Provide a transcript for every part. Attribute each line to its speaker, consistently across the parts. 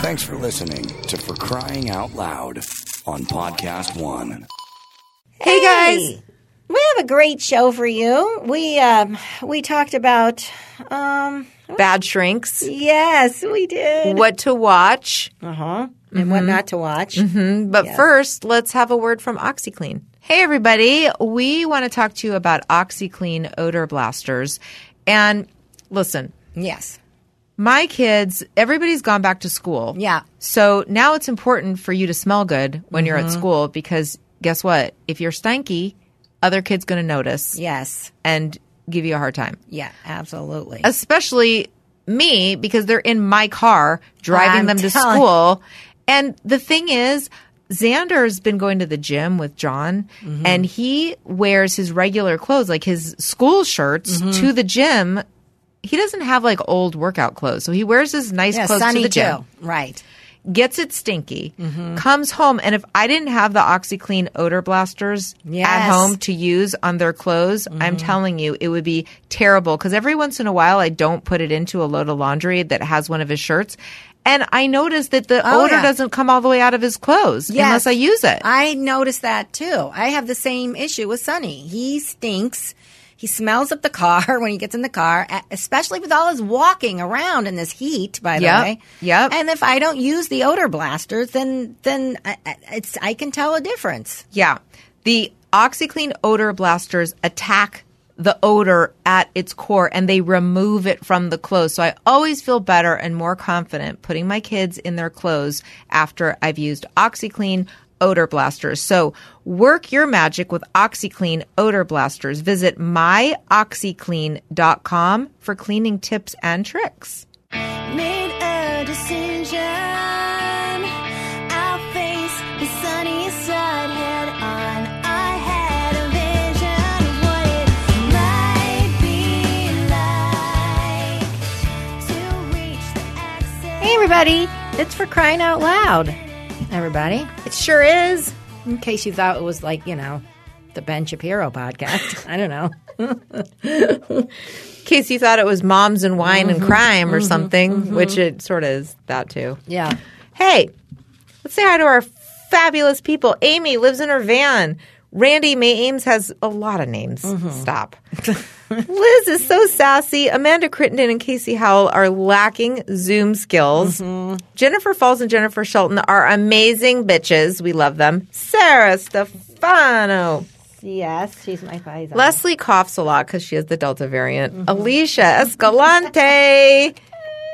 Speaker 1: Thanks for listening to For Crying Out Loud on Podcast One.
Speaker 2: Hey, guys.
Speaker 3: Hey, we have a great show for you. We um, we talked about um,
Speaker 2: Bad shrinks.
Speaker 3: yes, we did, Uh-huh.
Speaker 2: What to watch. Mm-hmm.
Speaker 3: and what not to watch.
Speaker 2: But first, let's have a word from OxyClean. Hey, everybody. We want to talk to you about OxyClean odor blasters. And listen,
Speaker 3: Yes,
Speaker 2: my kids, everybody's gone back to school.
Speaker 3: Yeah.
Speaker 2: So now it's important for you to smell good when you're at school because guess what? If you're stanky, other kids going to notice
Speaker 3: yes,
Speaker 2: and give you a hard time.
Speaker 3: yeah, absolutely.
Speaker 2: especially me because they're in my car driving
Speaker 3: I'm
Speaker 2: them to
Speaker 3: telling-
Speaker 2: school. And the thing is, Xander's been going to the gym with John
Speaker 3: Mm-hmm.
Speaker 2: and he wears his regular clothes, like his school shirts,
Speaker 3: Mm-hmm.
Speaker 2: to the gym. He doesn't have like old workout clothes. So he wears his nice
Speaker 3: yeah,
Speaker 2: clothes to
Speaker 3: Sunny
Speaker 2: the gym
Speaker 3: Joe, right?
Speaker 2: gets it stinky,
Speaker 3: Mm-hmm.
Speaker 2: comes home, and if I didn't have the OxyClean odor blasters
Speaker 3: Yes. Mm-hmm.
Speaker 2: at home to use on their clothes, I'm telling you, it would be terrible. Because every once in a while, I don't put it into a load of laundry that has one of his shirts, and I notice that the
Speaker 3: Oh,
Speaker 2: odor
Speaker 3: yeah.
Speaker 2: doesn't come all the way out of his clothes
Speaker 3: Yes.
Speaker 2: unless I use it.
Speaker 3: I noticed that too. I have the same issue with Sonny. He stinks. He smells up the car when he gets in the car, e- especially with all his walking around in this heat. By the
Speaker 2: Yep,
Speaker 3: way,
Speaker 2: yep.
Speaker 3: And if I don't use the odor blasters, then then I, I- it's I can tell a difference.
Speaker 2: Yeah. The OxyClean odor blasters attack the odor at its core and they remove it from the clothes. So I always feel better and more confident putting my kids in their clothes after I've used OxyClean odor blasters. So work your magic with OxyClean odor blasters. Visit myoxyclean.com for cleaning tips and tricks.
Speaker 4: made a decision. I'll face the sunny side head on. I had a vision of what it might be like to reach the exit.
Speaker 3: Hey, everybody. It's for crying out loud. Everybody. It sure is. In case you thought it was like, you know, the Ben Shapiro podcast. I don't know.
Speaker 2: In case you thought it was moms and wine and crime or something, which it sort of is that too.
Speaker 3: Yeah.
Speaker 2: Hey, let's say hi to our fabulous people. Amy lives in her van. Randy May Ames has a lot of names. Stop. Liz is so sassy. Amanda Crittenden and Casey Howell are lacking Zoom skills. Jennifer Falls and Jennifer Shelton are amazing bitches. We love them. Sarah Stefano.
Speaker 3: Yes, she's my favorite.
Speaker 2: Leslie coughs a lot because she has the Delta variant. Alicia Escalante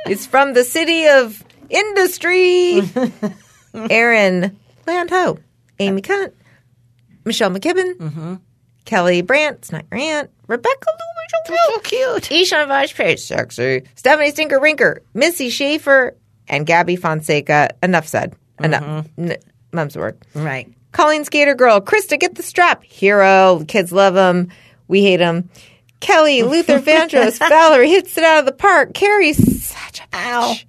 Speaker 2: is from the city of industry. Erin Landho, Amy Cunt, Michelle McKibben, Kelly Brandt, it's not your aunt, Rebecca Lou, so cute, Ishan Vajpayee, sexy, Stephanie Stinker Rinker, Missy Schaefer, and Gabby Fonseca. Enough said. Enough. N- mum's the word.
Speaker 3: Right.
Speaker 2: Colleen Skater Girl, Krista, get the strap. Hero, kids love him. We hate him. Kelly, Luther Vandross, Valerie hits it out of the park. Carrie, such a bitch.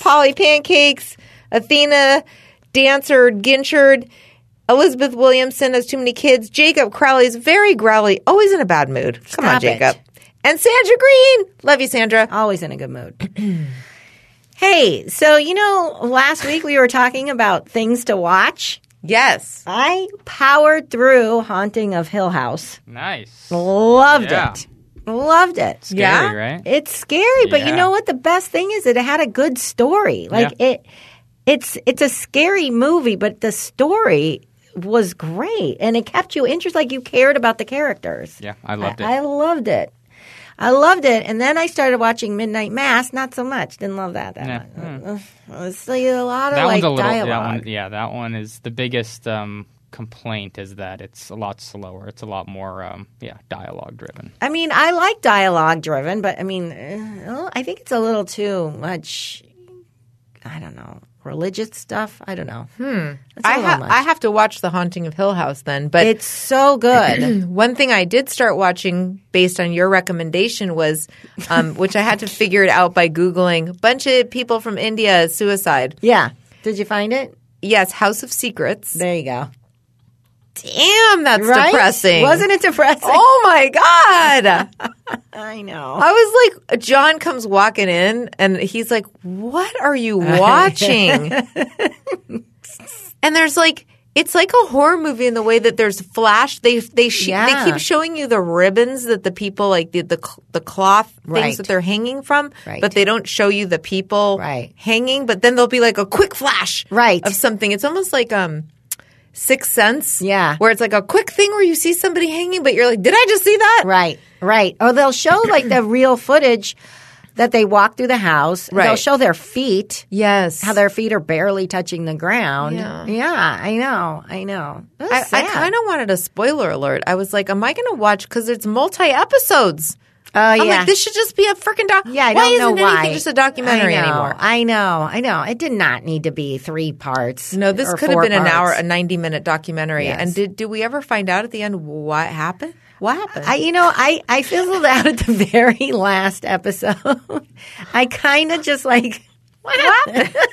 Speaker 2: Polly Pancakes, Athena, Dancer, Ginchard, Elizabeth Williamson has too many kids. Jacob Crowley is very growly, always in a bad mood. Come on,
Speaker 3: Stop it.
Speaker 2: Jacob. And Sandra Green. Love you, Sandra.
Speaker 3: Always in a good mood. hey, so, you know, last week we were talking about things to watch.
Speaker 2: Yes.
Speaker 3: I powered through Haunting of Hill House.
Speaker 5: Nice.
Speaker 3: Loved
Speaker 5: Yeah.
Speaker 3: it. Loved it.
Speaker 2: Yeah?
Speaker 5: Scary, right?
Speaker 3: It's scary, but you
Speaker 5: Yeah.
Speaker 3: know what? The best thing is it had a good story. Like it, it's it's a scary movie, but the story was great, and it kept you interested. Like you cared about the characters.
Speaker 5: yeah, I loved it.
Speaker 3: I loved it. I loved it, and then I started watching Midnight Mass. Not so much. Didn't love that that
Speaker 5: Yeah. Hmm.
Speaker 3: much. It was like a lot of
Speaker 5: that
Speaker 3: like
Speaker 5: one's a little.
Speaker 3: dialogue.
Speaker 5: That one, yeah, that one is the biggest um, complaint is that it's a lot slower. It's a lot more, um, yeah, dialogue driven.
Speaker 3: I mean, I like dialogue driven, but I mean, eh, well, I think it's a little too much. I don't know religious stuff. I don't know. Hmm.
Speaker 2: I, ha- I have to watch The Haunting of Hill House then, but
Speaker 3: It's so good.
Speaker 2: One thing I did start watching based on your recommendation was, um, which I had to figure it out by Googling, bunch of people from India suicide.
Speaker 3: yeah. Did you find it?
Speaker 2: Yes, House of Secrets.
Speaker 3: There you go.
Speaker 2: damn, that's
Speaker 3: Right?
Speaker 2: depressing.
Speaker 3: Wasn't it depressing?
Speaker 2: Oh my god.
Speaker 3: I know.
Speaker 2: I was like, John comes walking in and he's like, What are you watching? and there's like, it's like a horror movie in the way that there's flash. They they sh-
Speaker 3: Yeah.
Speaker 2: they keep showing you the ribbons that the people like the the, cl- the cloth things
Speaker 3: Right.
Speaker 2: that they're hanging from,
Speaker 3: Right.
Speaker 2: but they don't show you the people
Speaker 3: Right.
Speaker 2: hanging. But then there'll be like a quick flash
Speaker 3: Right.
Speaker 2: of something. It's almost like um. Sixth Sense,
Speaker 3: Yeah.
Speaker 2: where it's like a quick thing where you see somebody hanging, but you're like, "Did I just see that?"
Speaker 3: Right, right. Or they'll show like the real footage that they walk through the house. and They'll
Speaker 2: Right.
Speaker 3: show their feet,
Speaker 2: Yes,
Speaker 3: how their feet are barely touching the ground.
Speaker 2: Yeah.
Speaker 3: I know, I know.
Speaker 2: I, I kind of wanted a spoiler alert. I was like, am I going to watch? Because it's multi episodes.
Speaker 3: Oh
Speaker 2: I'm
Speaker 3: yeah.
Speaker 2: like, this should just be a freaking doc.
Speaker 3: yeah, I
Speaker 2: why
Speaker 3: don't
Speaker 2: isn't
Speaker 3: know why.
Speaker 2: anything just a documentary
Speaker 3: I know,
Speaker 2: anymore?
Speaker 3: I know, I know. It did not need to be three parts.
Speaker 2: No, this
Speaker 3: or
Speaker 2: could have
Speaker 3: four
Speaker 2: been an
Speaker 3: parts.
Speaker 2: hour, a ninety-minute documentary.
Speaker 3: Yes.
Speaker 2: And did do we ever find out at the end what happened? What happened?
Speaker 3: I, you know, I, I fizzled out at the very last episode. I kind of just like, what?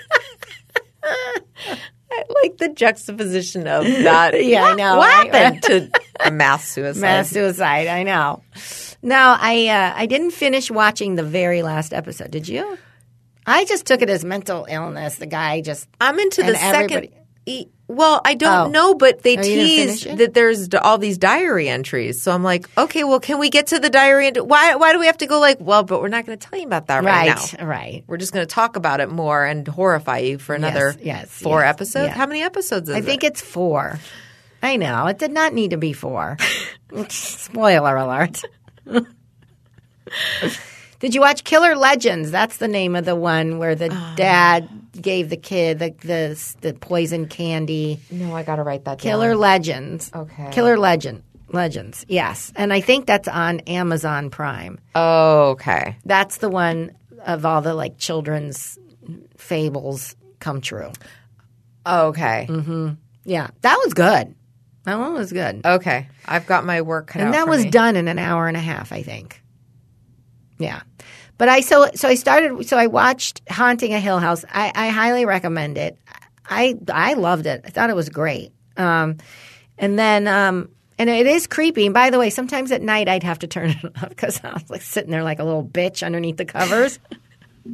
Speaker 2: I like the juxtaposition of that.
Speaker 3: Yeah, I
Speaker 2: what-
Speaker 3: know,
Speaker 2: what
Speaker 3: right?
Speaker 2: happened to a mass suicide.
Speaker 3: Mass suicide. I know. No, I uh, I didn't finish watching the very last episode. Did you? I just took it as mental illness. The guy just
Speaker 2: I'm into the
Speaker 3: And
Speaker 2: second.
Speaker 3: everybody-
Speaker 2: e- Well, I
Speaker 3: Oh.
Speaker 2: don't know, but they
Speaker 3: Oh, you didn't
Speaker 2: teased
Speaker 3: finish it?
Speaker 2: that there's d- all these diary entries. So I'm like, okay, well, can we get to the diary? Ent- why? Why do we have to go like? Well, but we're not going to tell you about that right,
Speaker 3: right,
Speaker 2: now.
Speaker 3: right.
Speaker 2: We're just going to talk about it more and horrify you for another
Speaker 3: yes,
Speaker 2: four
Speaker 3: yes,
Speaker 2: episodes.
Speaker 3: yeah.
Speaker 2: How many episodes is
Speaker 3: I think it's four. I know it did not need to be four. Spoiler alert. did you watch Killer Legends? That's the name of the one where the dad gave the kid the the, the poison candy.
Speaker 2: it? No, I got to write that
Speaker 3: Killer Legends.
Speaker 2: Okay.
Speaker 3: Killer Legend. Legends. Yes. And I think that's on Amazon Prime.
Speaker 2: down. Oh, okay.
Speaker 3: That's the one of all the like children's fables come true.
Speaker 2: Okay.
Speaker 3: Yeah. That was good. That one was good.
Speaker 2: Okay. I've got my work cut out
Speaker 3: and that
Speaker 2: for
Speaker 3: was
Speaker 2: me.
Speaker 3: done in an hour and a half, I think. Yeah. But I so so I started so I watched Haunting a Hill House. I, I highly recommend it. I I loved it. I thought it was great. Um, and then um, and it is creepy. And by the way, sometimes at night I'd have to turn it off because I was like sitting there like a little bitch underneath the covers,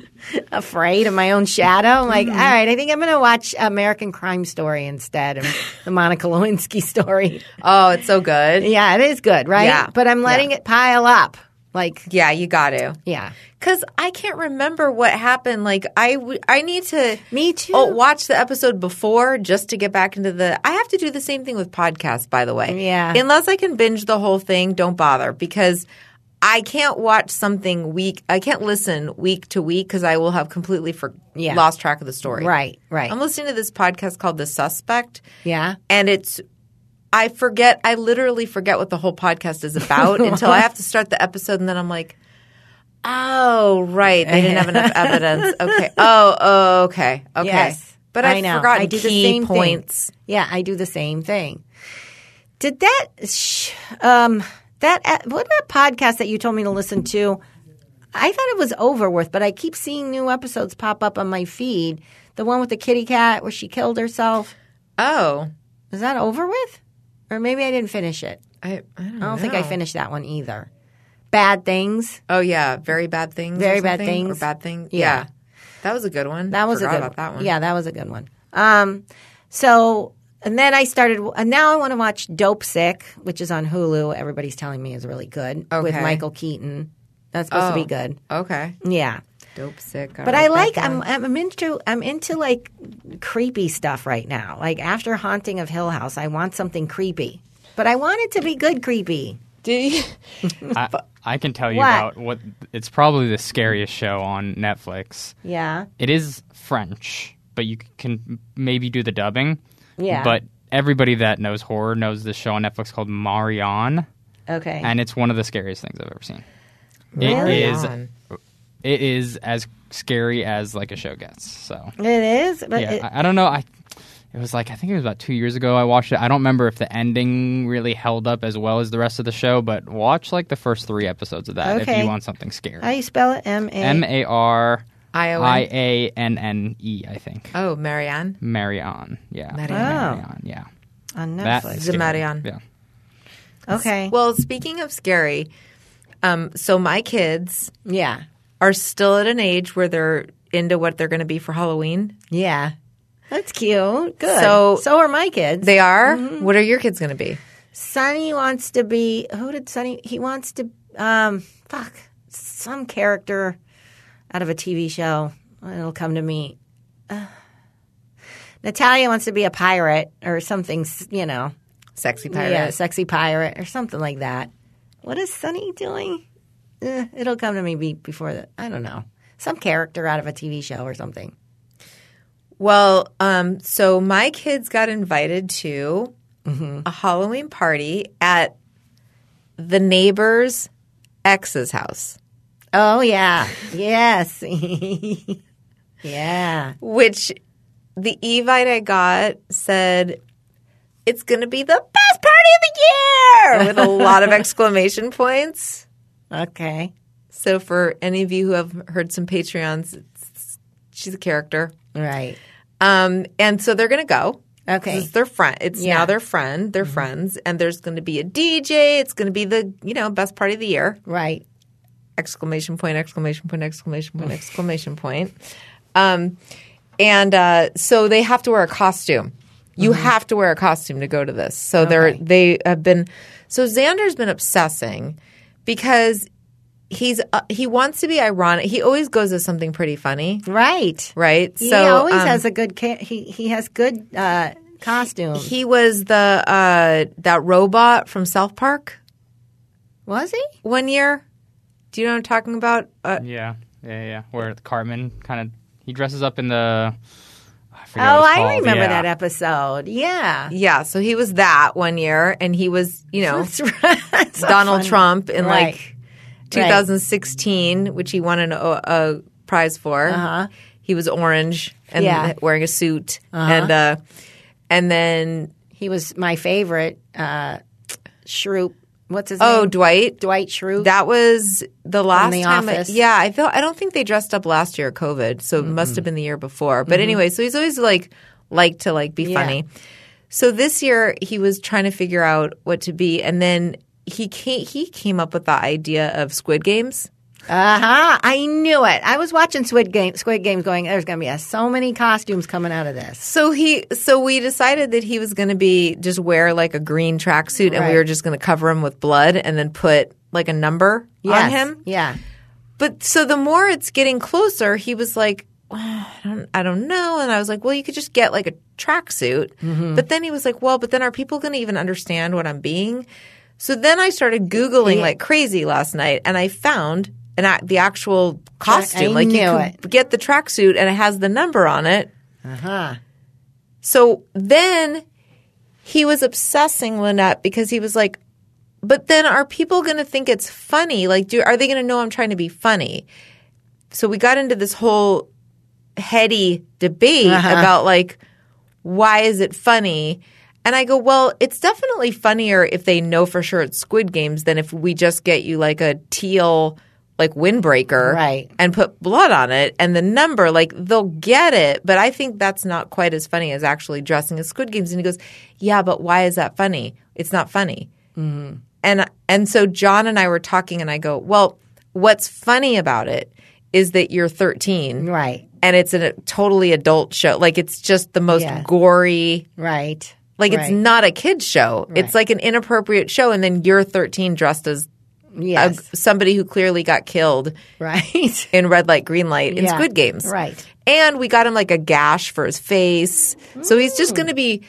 Speaker 3: afraid of my own shadow. I'm like, all
Speaker 2: Mm-hmm.
Speaker 3: right, I think I'm going to watch American Crime Story instead, and the Monica Lewinsky story.
Speaker 2: Oh, it's so good.
Speaker 3: Yeah, it is good, right?
Speaker 2: Yeah.
Speaker 3: But I'm letting it pile up. Like,
Speaker 2: Yeah, you got to.
Speaker 3: yeah.
Speaker 2: Because I can't remember what happened. Like I, w- I need to.
Speaker 3: Me too.
Speaker 2: Oh, watch the episode before just to get back into the. I have to do the same thing with podcasts, by the way.
Speaker 3: Yeah.
Speaker 2: Unless I can binge the whole thing, don't bother because I can't watch something week. I can't listen week to week because I will have completely for-
Speaker 3: Yeah.
Speaker 2: lost track of the story.
Speaker 3: Right, right.
Speaker 2: I'm listening to this podcast called The Suspect.
Speaker 3: yeah.
Speaker 2: And it's I forget I literally forget what the whole podcast is about until I have to start the episode and then I'm like, Oh, right. They didn't have enough evidence. Okay. Oh, oh okay. Okay.
Speaker 3: Yes.
Speaker 2: But I've
Speaker 3: know.
Speaker 2: forgotten
Speaker 3: I do
Speaker 2: key
Speaker 3: the same thing.
Speaker 2: points.
Speaker 3: Yeah, I do the same thing. Did that sh- um that what that podcast that you told me to listen to? I thought it was over with, but I keep seeing new episodes pop up on my feed. The one with the kitty cat where she killed herself.
Speaker 2: Oh.
Speaker 3: Is that over with? Or maybe I didn't finish it.
Speaker 2: I, I don't,
Speaker 3: I don't think
Speaker 2: know.
Speaker 3: I finished that one either. Bad things.
Speaker 2: Oh yeah, very bad things. or
Speaker 3: Very bad
Speaker 2: something?
Speaker 3: things.
Speaker 2: Or bad things.
Speaker 3: Yeah.
Speaker 2: Yeah. That was a good one.
Speaker 3: That was
Speaker 2: Forgot
Speaker 3: a good
Speaker 2: about that one.
Speaker 3: Yeah, that was a good one. Um, so and then I started, and now I want to watch Dope Sick, which is on Hulu. Everybody's telling me is really good with
Speaker 2: Okay.
Speaker 3: Michael Keaton. That's supposed to be good.
Speaker 2: Okay.
Speaker 3: Yeah,
Speaker 2: Dope sick. I'll
Speaker 3: but
Speaker 2: write
Speaker 3: I
Speaker 2: that
Speaker 3: like
Speaker 2: down.
Speaker 3: I'm I'm into I'm into like creepy stuff right now. Like after Haunting of Hill House, I want something creepy, but I want it to be good creepy.
Speaker 5: I, I can tell you
Speaker 3: What?
Speaker 5: about what it's probably the scariest show on Netflix.
Speaker 3: Yeah,
Speaker 5: It is French, but you c- can maybe do the dubbing.
Speaker 3: Yeah.
Speaker 5: But everybody that knows horror knows this show on Netflix called Marion,
Speaker 3: okay.
Speaker 5: and it's one of the scariest things I've ever seen. It is
Speaker 2: Marion.
Speaker 5: it is as scary as like a show gets. So
Speaker 3: it is, but
Speaker 5: yeah,
Speaker 3: it-
Speaker 5: I, I don't know. I it was like I think it was about two years ago. I watched it. I don't remember if the ending really held up as well as the rest of the show, but watch like the first three episodes of that if
Speaker 3: Okay.
Speaker 5: you want something scary.
Speaker 3: how do you spell it? M A.
Speaker 5: M A R
Speaker 2: I O N?
Speaker 5: I A N N E, I think.
Speaker 2: Oh, Marianne.
Speaker 5: Marion, yeah,
Speaker 2: Marion.
Speaker 3: Oh.
Speaker 5: Marion, yeah.
Speaker 3: on
Speaker 5: That
Speaker 3: Netflix.
Speaker 5: scary.
Speaker 2: Zemarian.
Speaker 5: Yeah.
Speaker 3: okay.
Speaker 2: Well, speaking of scary, um, so my kids
Speaker 3: yeah.
Speaker 2: are still at an age where they're into what they're going to be for Halloween.
Speaker 3: Yeah. That's cute. Good.
Speaker 2: So-
Speaker 3: so are my kids.
Speaker 2: They are. What are your kids going to be?
Speaker 3: Sonny wants to be who did Sonny he wants to um fuck some character out of a TV show. It'll come to me. Ugh. Natalia wants to be a pirate or something, s- you know.
Speaker 2: Sexy pirate.
Speaker 3: Yeah, sexy pirate or something like that. What is Sonny doing? Eh, it'll come to me be, before the I don't know. Some character out of a TV show or something.
Speaker 2: Well, um, so my kids got invited to a Halloween party at the neighbor's ex's house,
Speaker 3: Oh yeah. yes. yeah.
Speaker 2: which the Evite I got said, it's going to be the best party of the year with a lot of exclamation points.
Speaker 3: Okay.
Speaker 2: So for any of you who have heard some Patreons, it's- she's a character.
Speaker 3: Right.
Speaker 2: Um, and so they're going to go.
Speaker 3: Okay.
Speaker 2: It's their friend. It's
Speaker 3: Yeah. Mm-hmm.
Speaker 2: now their friend. They're friends, and there's going to be a DJ. It's going to be the you know best party of the year!
Speaker 3: Right.
Speaker 2: Exclamation point! Exclamation point! Exclamation point! exclamation point! Um, and uh, so they have to wear a costume. You have to wear a costume to go to this. So they're
Speaker 3: Mm-hmm. Okay.
Speaker 2: they have been. So Xander's been obsessing because he's uh, he wants to be ironic. He always goes with something pretty funny,
Speaker 3: Right.
Speaker 2: right?
Speaker 3: He always
Speaker 2: um,
Speaker 3: has a good ca- he he has good uh costume.
Speaker 2: He was the uh, that robot from South Park
Speaker 3: was he?
Speaker 2: one year. Do you know what I'm talking about? Uh,
Speaker 5: Yeah. Yeah. Yeah. Where Cartman kind of he dresses up in the. I
Speaker 3: Oh,
Speaker 5: forget what it's
Speaker 3: I
Speaker 5: called.
Speaker 3: remember
Speaker 5: Yeah.
Speaker 3: that episode. Yeah.
Speaker 2: yeah, so he was that one year, and he was you know
Speaker 3: That's right. That's so
Speaker 2: Donald
Speaker 3: funny.
Speaker 2: Trump in
Speaker 3: Right.
Speaker 2: like 2016, which he won an, a, a prize for.
Speaker 3: Uh-huh.
Speaker 2: He was orange and
Speaker 3: Yeah. Uh-huh.
Speaker 2: wearing a suit, and uh, and then
Speaker 3: He was my favorite uh Shroop. What's his
Speaker 2: oh
Speaker 3: name?
Speaker 2: Dwight.
Speaker 3: Dwight Shroop.
Speaker 2: That was the last
Speaker 3: The
Speaker 2: time. I-
Speaker 3: Office.
Speaker 2: yeah, I feel I don't think they dressed up last year, COVID, so it
Speaker 3: Mm-hmm.
Speaker 2: must have been the year before. But anyway, so he's always like like to like be funny. So this year he was trying to figure out what to be, and then he came, he came up with the idea of Squid Games.
Speaker 3: uh-huh. I knew it. I was watching Squid Game Squid Games going there's going to be uh, so many costumes coming out of this.
Speaker 2: So he so we decided that he was going to be just wear like a green tracksuit, and
Speaker 3: Right.
Speaker 2: we were just going to cover him with blood, and then put like a number on
Speaker 3: Yes.
Speaker 2: him.
Speaker 3: Yeah.
Speaker 2: But so the more it's getting closer, he was like, "Well, I don't, I don't know. And I was like, well, you could just get like a tracksuit.
Speaker 3: Mm-hmm.
Speaker 2: But then he was like, well, but then are people going to even understand what I'm being? So then I started Googling like crazy last night and I found an, a- the actual costume.
Speaker 3: I
Speaker 2: like you
Speaker 3: knew
Speaker 2: can get the tracksuit and it has the number on it.
Speaker 3: Uh-huh.
Speaker 2: So then he was obsessing Lynette because he was like, but then are people going to think it's funny? Like, do are they going to know I'm trying to be funny? So we got into this whole heady debate about like why is it funny? And I go, well, it's definitely funnier if they know for sure it's Squid Games than if we just get you like a teal like windbreaker
Speaker 3: Right.
Speaker 2: and put blood on it and the number like they'll get it but i think that's not quite as funny as actually dressing as squid games and he goes yeah but why is that funny it's not funny
Speaker 3: Mm-hmm.
Speaker 2: and and so john and i were talking and i go well what's funny about it is that you're 13
Speaker 3: Right.
Speaker 2: and it's a totally adult show like it's just the most
Speaker 3: Yeah.
Speaker 2: gory
Speaker 3: Right.
Speaker 2: like
Speaker 3: Right.
Speaker 2: it's not a kid's show it's like an inappropriate show and then you're 13 dressed as a,
Speaker 3: Yes.
Speaker 2: somebody who clearly got killed
Speaker 3: right.
Speaker 2: in red light green light in
Speaker 3: Yeah.
Speaker 2: squid games
Speaker 3: Right.
Speaker 2: and we got him like a gash for his face so he's just going to be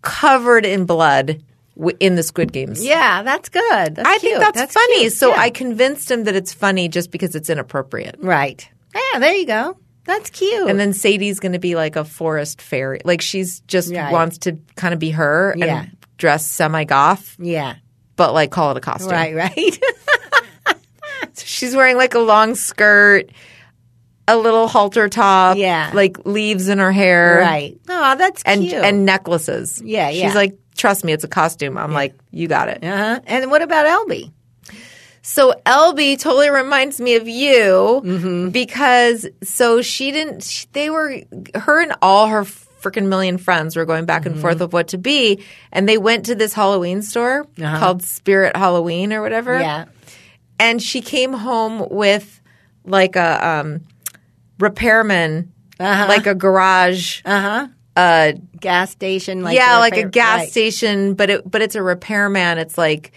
Speaker 2: covered in blood w- in the squid games
Speaker 3: Yeah, that's good. That's
Speaker 2: i
Speaker 3: cute.
Speaker 2: think that's, funny
Speaker 3: cute.
Speaker 2: so
Speaker 3: Yeah.
Speaker 2: i convinced him that it's funny just because it's inappropriate
Speaker 3: Right. Yeah, there you go. That's cute.
Speaker 2: and then sadie's going to be like a forest fairy like she's just
Speaker 3: Right.
Speaker 2: wants to kind of be her
Speaker 3: Yeah.
Speaker 2: and dress semi-goth
Speaker 3: yeah.
Speaker 2: but like call it a costume
Speaker 3: Right, right.
Speaker 2: she's wearing like a long skirt a little halter top
Speaker 3: Yeah.
Speaker 2: like leaves in her hair
Speaker 3: right. Oh, that's
Speaker 2: and
Speaker 3: cute.
Speaker 2: and necklaces.
Speaker 3: Yeah, yeah.
Speaker 2: She's like, trust me, it's a costume. I'm like, you got it.
Speaker 3: uh-huh. And what about Elby?
Speaker 2: So LB totally reminds me of
Speaker 3: Mm-hmm.
Speaker 2: you because so she didn't. She, they were her and all her f- freaking million friends were going
Speaker 3: Mm-hmm.
Speaker 2: back and forth of what to be. And they went to this Halloween store called Spirit Halloween or whatever
Speaker 3: Uh-huh. Yeah.
Speaker 2: and she came home with like a um, repairman, like a garage,
Speaker 3: Uh-huh.
Speaker 2: uh,
Speaker 3: Gas station like
Speaker 2: yeah,
Speaker 3: the
Speaker 2: like a
Speaker 3: favorite-
Speaker 2: gas
Speaker 3: right.
Speaker 2: station, but it but it's a repairman. It's like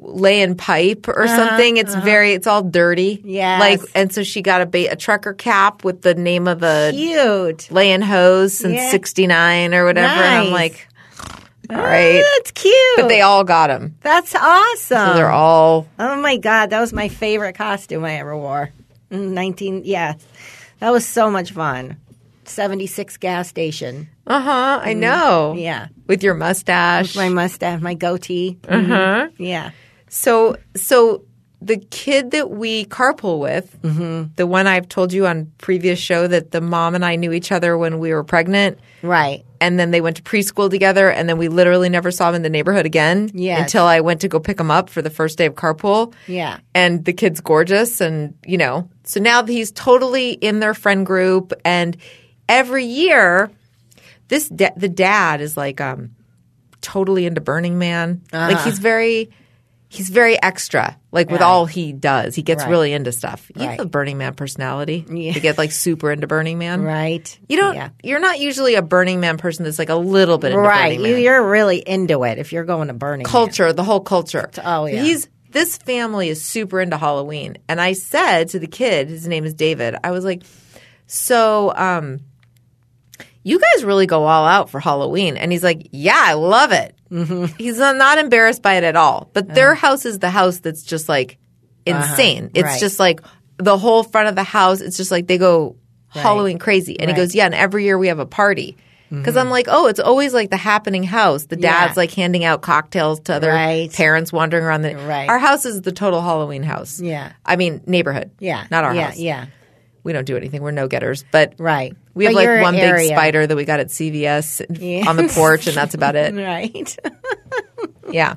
Speaker 2: laying pipe or something. It's very it's all dirty,
Speaker 3: Yes.
Speaker 2: Like and so she got a ba- a trucker cap with the name of a
Speaker 3: Cute.
Speaker 2: laying hose since
Speaker 3: Yeah.
Speaker 2: '69 or whatever, and I'm
Speaker 3: Nice.
Speaker 2: like, all right,
Speaker 3: That's cute.
Speaker 2: but they all got him.
Speaker 3: That's awesome.
Speaker 2: So they're all
Speaker 3: Oh my god, that was my favorite costume I ever wore. In Nineteen, yeah, that was so much fun. Seventy-six gas station.
Speaker 2: uh huh. I know.
Speaker 3: Yeah,
Speaker 2: With your mustache,
Speaker 3: my mustache, my goatee. Mm-hmm.
Speaker 2: Uh-huh.
Speaker 3: Yeah,
Speaker 2: So, so the kid that we carpool with, the one I've told you on previous show that the mom and I knew each other when we were pregnant,
Speaker 3: right.
Speaker 2: and then they went to preschool together, and then we literally never saw him in the neighborhood again
Speaker 3: Yes.
Speaker 2: until I went to go pick him up for the first day of carpool.
Speaker 3: Yeah.
Speaker 2: And the kid's gorgeous, and you know, so now he's totally in their friend group, and every year, this da- the dad is like um totally into Burning Man,
Speaker 3: Uh-huh.
Speaker 2: like he's very he's very extra, like with all he does, he gets
Speaker 3: Right.
Speaker 2: really into stuff. You
Speaker 3: Right.
Speaker 2: have a Burning Man personality,
Speaker 3: Yeah.
Speaker 2: you get like super into Burning Man,
Speaker 3: Right.
Speaker 2: you don't.
Speaker 3: Yeah.
Speaker 2: You're not usually a Burning Man person. That's like a little bit into
Speaker 3: Right.
Speaker 2: Burning Man.
Speaker 3: You, you're really into it if you're going to Burning Man.
Speaker 2: culture, the whole culture.
Speaker 3: Oh, yeah.
Speaker 2: He's this family is super into Halloween, and I said to the kid, his name is David. I was like, so, um, you guys really go all out for Halloween, and he's like, yeah, I love it.
Speaker 3: Mm-hmm.
Speaker 2: He's not embarrassed by it at all. But their house is the house that's just like insane. It's
Speaker 3: Uh-huh. Right.
Speaker 2: just like the whole front of the house. It's just like they go Halloween crazy. And he goes, yeah, and every year we have a party. Because I'm like, oh, it's always like the happening house. The
Speaker 3: Mm-hmm. Yeah.
Speaker 2: dad's like handing out cocktails to other
Speaker 3: Right.
Speaker 2: parents wandering around the.
Speaker 3: Right.
Speaker 2: Our house is the total Halloween house.
Speaker 3: Yeah.
Speaker 2: I mean neighborhood.
Speaker 3: Yeah.
Speaker 2: Not our
Speaker 3: yeah,
Speaker 2: house.
Speaker 3: Yeah.
Speaker 2: We don't do anything. We're no getters. But
Speaker 3: Right.
Speaker 2: we have
Speaker 3: But
Speaker 2: like
Speaker 3: your
Speaker 2: one big
Speaker 3: area.
Speaker 2: spider that we got at CVS
Speaker 3: Yeah.
Speaker 2: on the porch, and that's about it.
Speaker 3: Right.
Speaker 2: Yeah.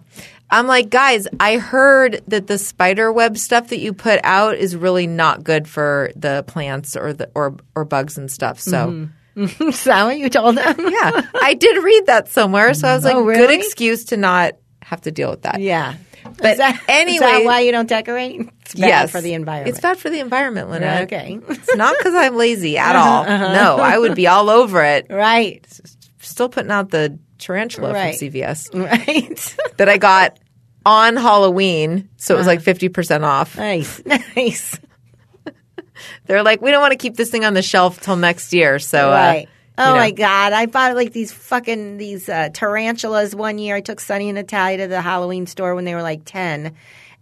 Speaker 2: I'm like, guys, I heard that the spider web stuff that you put out is really not good for the plants or the or or bugs and stuff. So
Speaker 3: Mm-hmm. Is that what you told them?
Speaker 2: yeah. I did read that somewhere, so I was like,
Speaker 3: Oh,
Speaker 2: good
Speaker 3: really?
Speaker 2: excuse to not have to deal with that.
Speaker 3: Yeah.
Speaker 2: But
Speaker 3: is that, is
Speaker 2: anyway-
Speaker 3: that why you don't decorate? It's bad
Speaker 2: Yes.
Speaker 3: for the environment.
Speaker 2: It's bad for the environment, Lynette.
Speaker 3: Okay. Uh-huh,
Speaker 2: It's not because I'm lazy at all. No, I would be all over it.
Speaker 3: Right.
Speaker 2: Still putting out the tarantula
Speaker 3: Right.
Speaker 2: from CVS
Speaker 3: Right.
Speaker 2: that I got on Halloween, so it was
Speaker 3: Uh-huh.
Speaker 2: like 50% off.
Speaker 3: nice. Nice.
Speaker 2: They're like, we don't want to keep this thing on the shelf till next year. So, uh,
Speaker 3: Right. Oh
Speaker 2: know.
Speaker 3: my God! I bought like these fucking these uh, tarantulas one year. I took Sunny and Natalia to the Halloween store when they were like ten,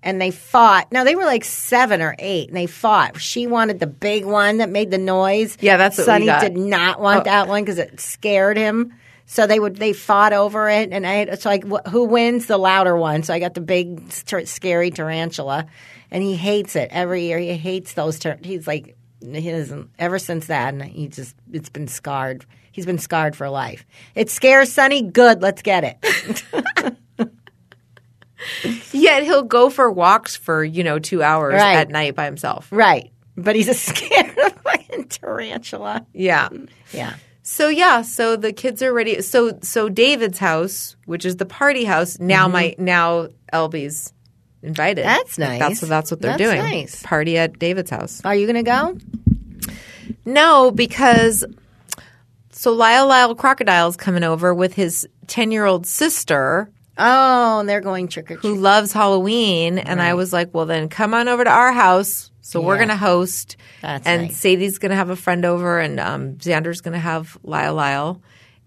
Speaker 3: and they fought. No, they were like seven or eight, and they fought. She wanted the big one that made the noise.
Speaker 2: Yeah, that's what we
Speaker 3: Sunny
Speaker 2: got. Oh.
Speaker 3: did not want that one because it scared him. So they would they fought over it, and I had- so I wh- who wins the louder one. So I got the big tar- scary tarantula, and he hates it every year. He hates those. Tar- he's like he doesn't ever since that, and he just it's been scarred. He's been scarred for life. It scares Sonny. Good, let's get it.
Speaker 2: yet he'll go for walks for, you know, two hours
Speaker 3: Right.
Speaker 2: at night by himself.
Speaker 3: right, but he's a scared of fucking tarantula.
Speaker 2: Yeah.
Speaker 3: Yeah,
Speaker 2: So, yeah. So the kids are ready. So, so David's house, which is the party house, now my, now Elby's invited.
Speaker 3: Mm-hmm. That's
Speaker 2: Like,
Speaker 3: nice.
Speaker 2: That's, that's what they're
Speaker 3: That's
Speaker 2: doing.
Speaker 3: nice.
Speaker 2: Party at David's house.
Speaker 3: are you gonna go?
Speaker 2: No, because so Lyle Lyle Crocodile's coming over with his 10 year old sister.
Speaker 3: Oh, and they're going trick or
Speaker 2: who
Speaker 3: treat.
Speaker 2: loves Halloween, and I was like, "Well, then come on over to our house. So we're
Speaker 3: Yeah.
Speaker 2: gonna host,
Speaker 3: That's
Speaker 2: and
Speaker 3: nice.
Speaker 2: Sadie's gonna have a friend over, and um, Xander's gonna have Lyle Lyle,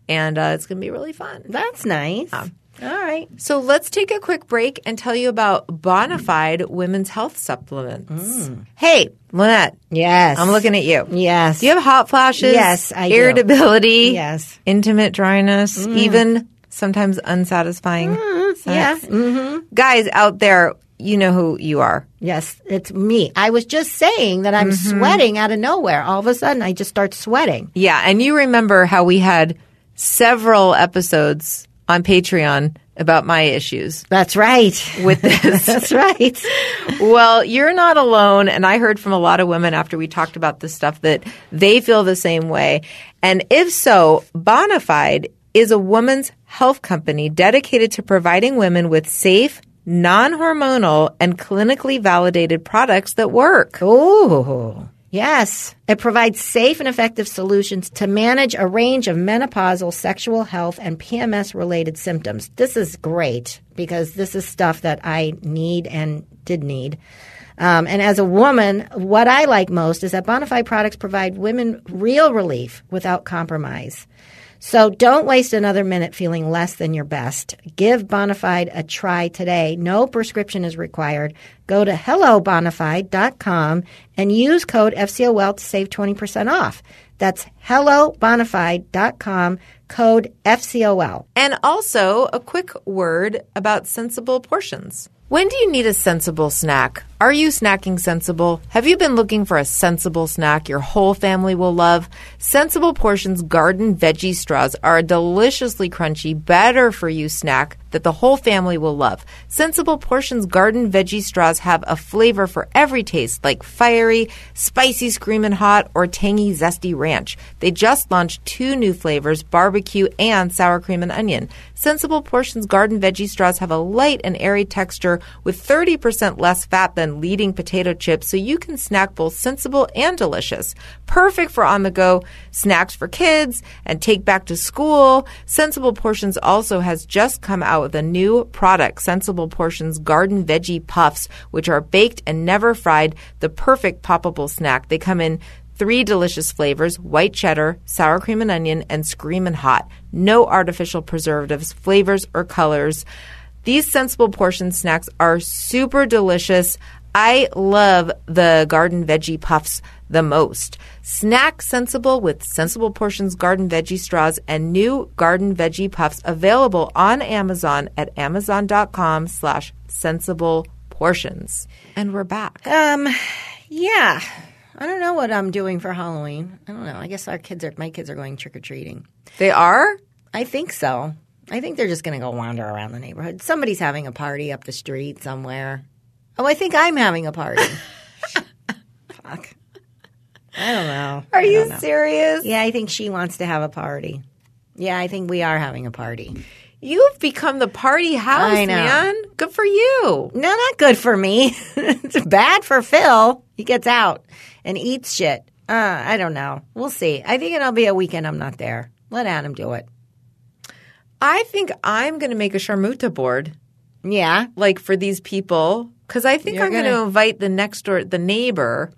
Speaker 2: and uh, it's gonna be really fun."
Speaker 3: That's nice. All right.
Speaker 2: So let's take a quick break and tell you about Bonafide Women's Health Supplements.
Speaker 3: Mm.
Speaker 2: Hey, Lynette,
Speaker 3: Yes,
Speaker 2: I'm looking at you.
Speaker 3: Yes.
Speaker 2: Do you have hot flashes?
Speaker 3: Yes, I do. Mm.
Speaker 2: irritability.
Speaker 3: Yes.
Speaker 2: intimate dryness, even sometimes unsatisfying.
Speaker 3: Mm. yeah.
Speaker 2: Mm-hmm. Guys out there, you know who you are.
Speaker 3: Yes, it's me. I was just saying that I'm
Speaker 2: Mm-hmm.
Speaker 3: sweating out of nowhere. All of a sudden, I just start sweating.
Speaker 2: Yeah, and you remember how we had several episodes on Patreon about my issues
Speaker 3: That's right.
Speaker 2: with this.
Speaker 3: That's right.
Speaker 2: Well, you're not alone. And I heard from a lot of women after we talked about this stuff that they feel the same way. And if so, Bonafide is a woman's health company dedicated to providing women with safe, non hormonal, and clinically validated products that work.
Speaker 3: Ooh. Yes. It provides safe and effective solutions to manage a range of menopausal, sexual health, and PMS related symptoms. This is great because this is stuff that I need and did need. Um, and as a woman, what I like most is that Bonafide products provide women real relief without compromise. So don't waste another minute feeling less than your best. Give Bonafide a try today. No prescription is required. Go to hellobonafide.com and use code FCOL to save 20% off. That's hellobonafide.com, code FCOL.
Speaker 2: And also, a quick word about sensible portions. When do you need a sensible snack? Are you snacking sensible? Have you been looking for a sensible snack your whole family will love? Sensible Portions garden veggie straws are a deliciously crunchy, better for you snack that the whole family will love. Sensible Portions garden veggie straws have a flavor for every taste, like fiery, spicy, screamin' hot, or tangy, zesty ranch. They just launched two new flavors barbecue and sour cream and onion. Sensible Portions garden veggie straws have a light and airy texture with 30% less fat than leading potato chips, so you can snack both sensible and delicious. Perfect for on the go snacks for kids and take back to school. Sensible Portions also has just come out with a new product, Sensible Portions Garden Veggie Puffs, which are baked and never fried, the perfect poppable snack. They come in Three delicious flavors white cheddar, sour cream and onion, and screamin' hot. No artificial preservatives, flavors, or colors. These sensible portion snacks are super delicious. I love the garden veggie puffs the most. Snack sensible with sensible portions garden veggie straws and new garden veggie puffs available on Amazon at amazon.com slash sensible portions. And we're back.
Speaker 3: Um, yeah. I don't know what I'm doing for Halloween. I don't know. I guess our kids are, my kids are going trick or treating.
Speaker 2: They are?
Speaker 3: I think so. I think they're just going to go wander around the neighborhood. Somebody's having a party up the street somewhere. Oh, I think I'm having a party. Fuck. I don't know.
Speaker 2: Are you serious?
Speaker 3: Yeah, I think she wants to have a party. Yeah, I think we are having a party.
Speaker 2: You've become the party house,
Speaker 3: I know.
Speaker 2: man. Good for you.
Speaker 3: No, not good for me. it's bad for Phil. He gets out and eats shit. Uh, I don't know. We'll see. I think it'll be a weekend I'm not there. Let Adam do it.
Speaker 2: I think I'm going to make a charmuta board
Speaker 3: Yeah.
Speaker 2: like for these people because I think I'm going to
Speaker 3: gonna-
Speaker 2: invite the next door the neighbor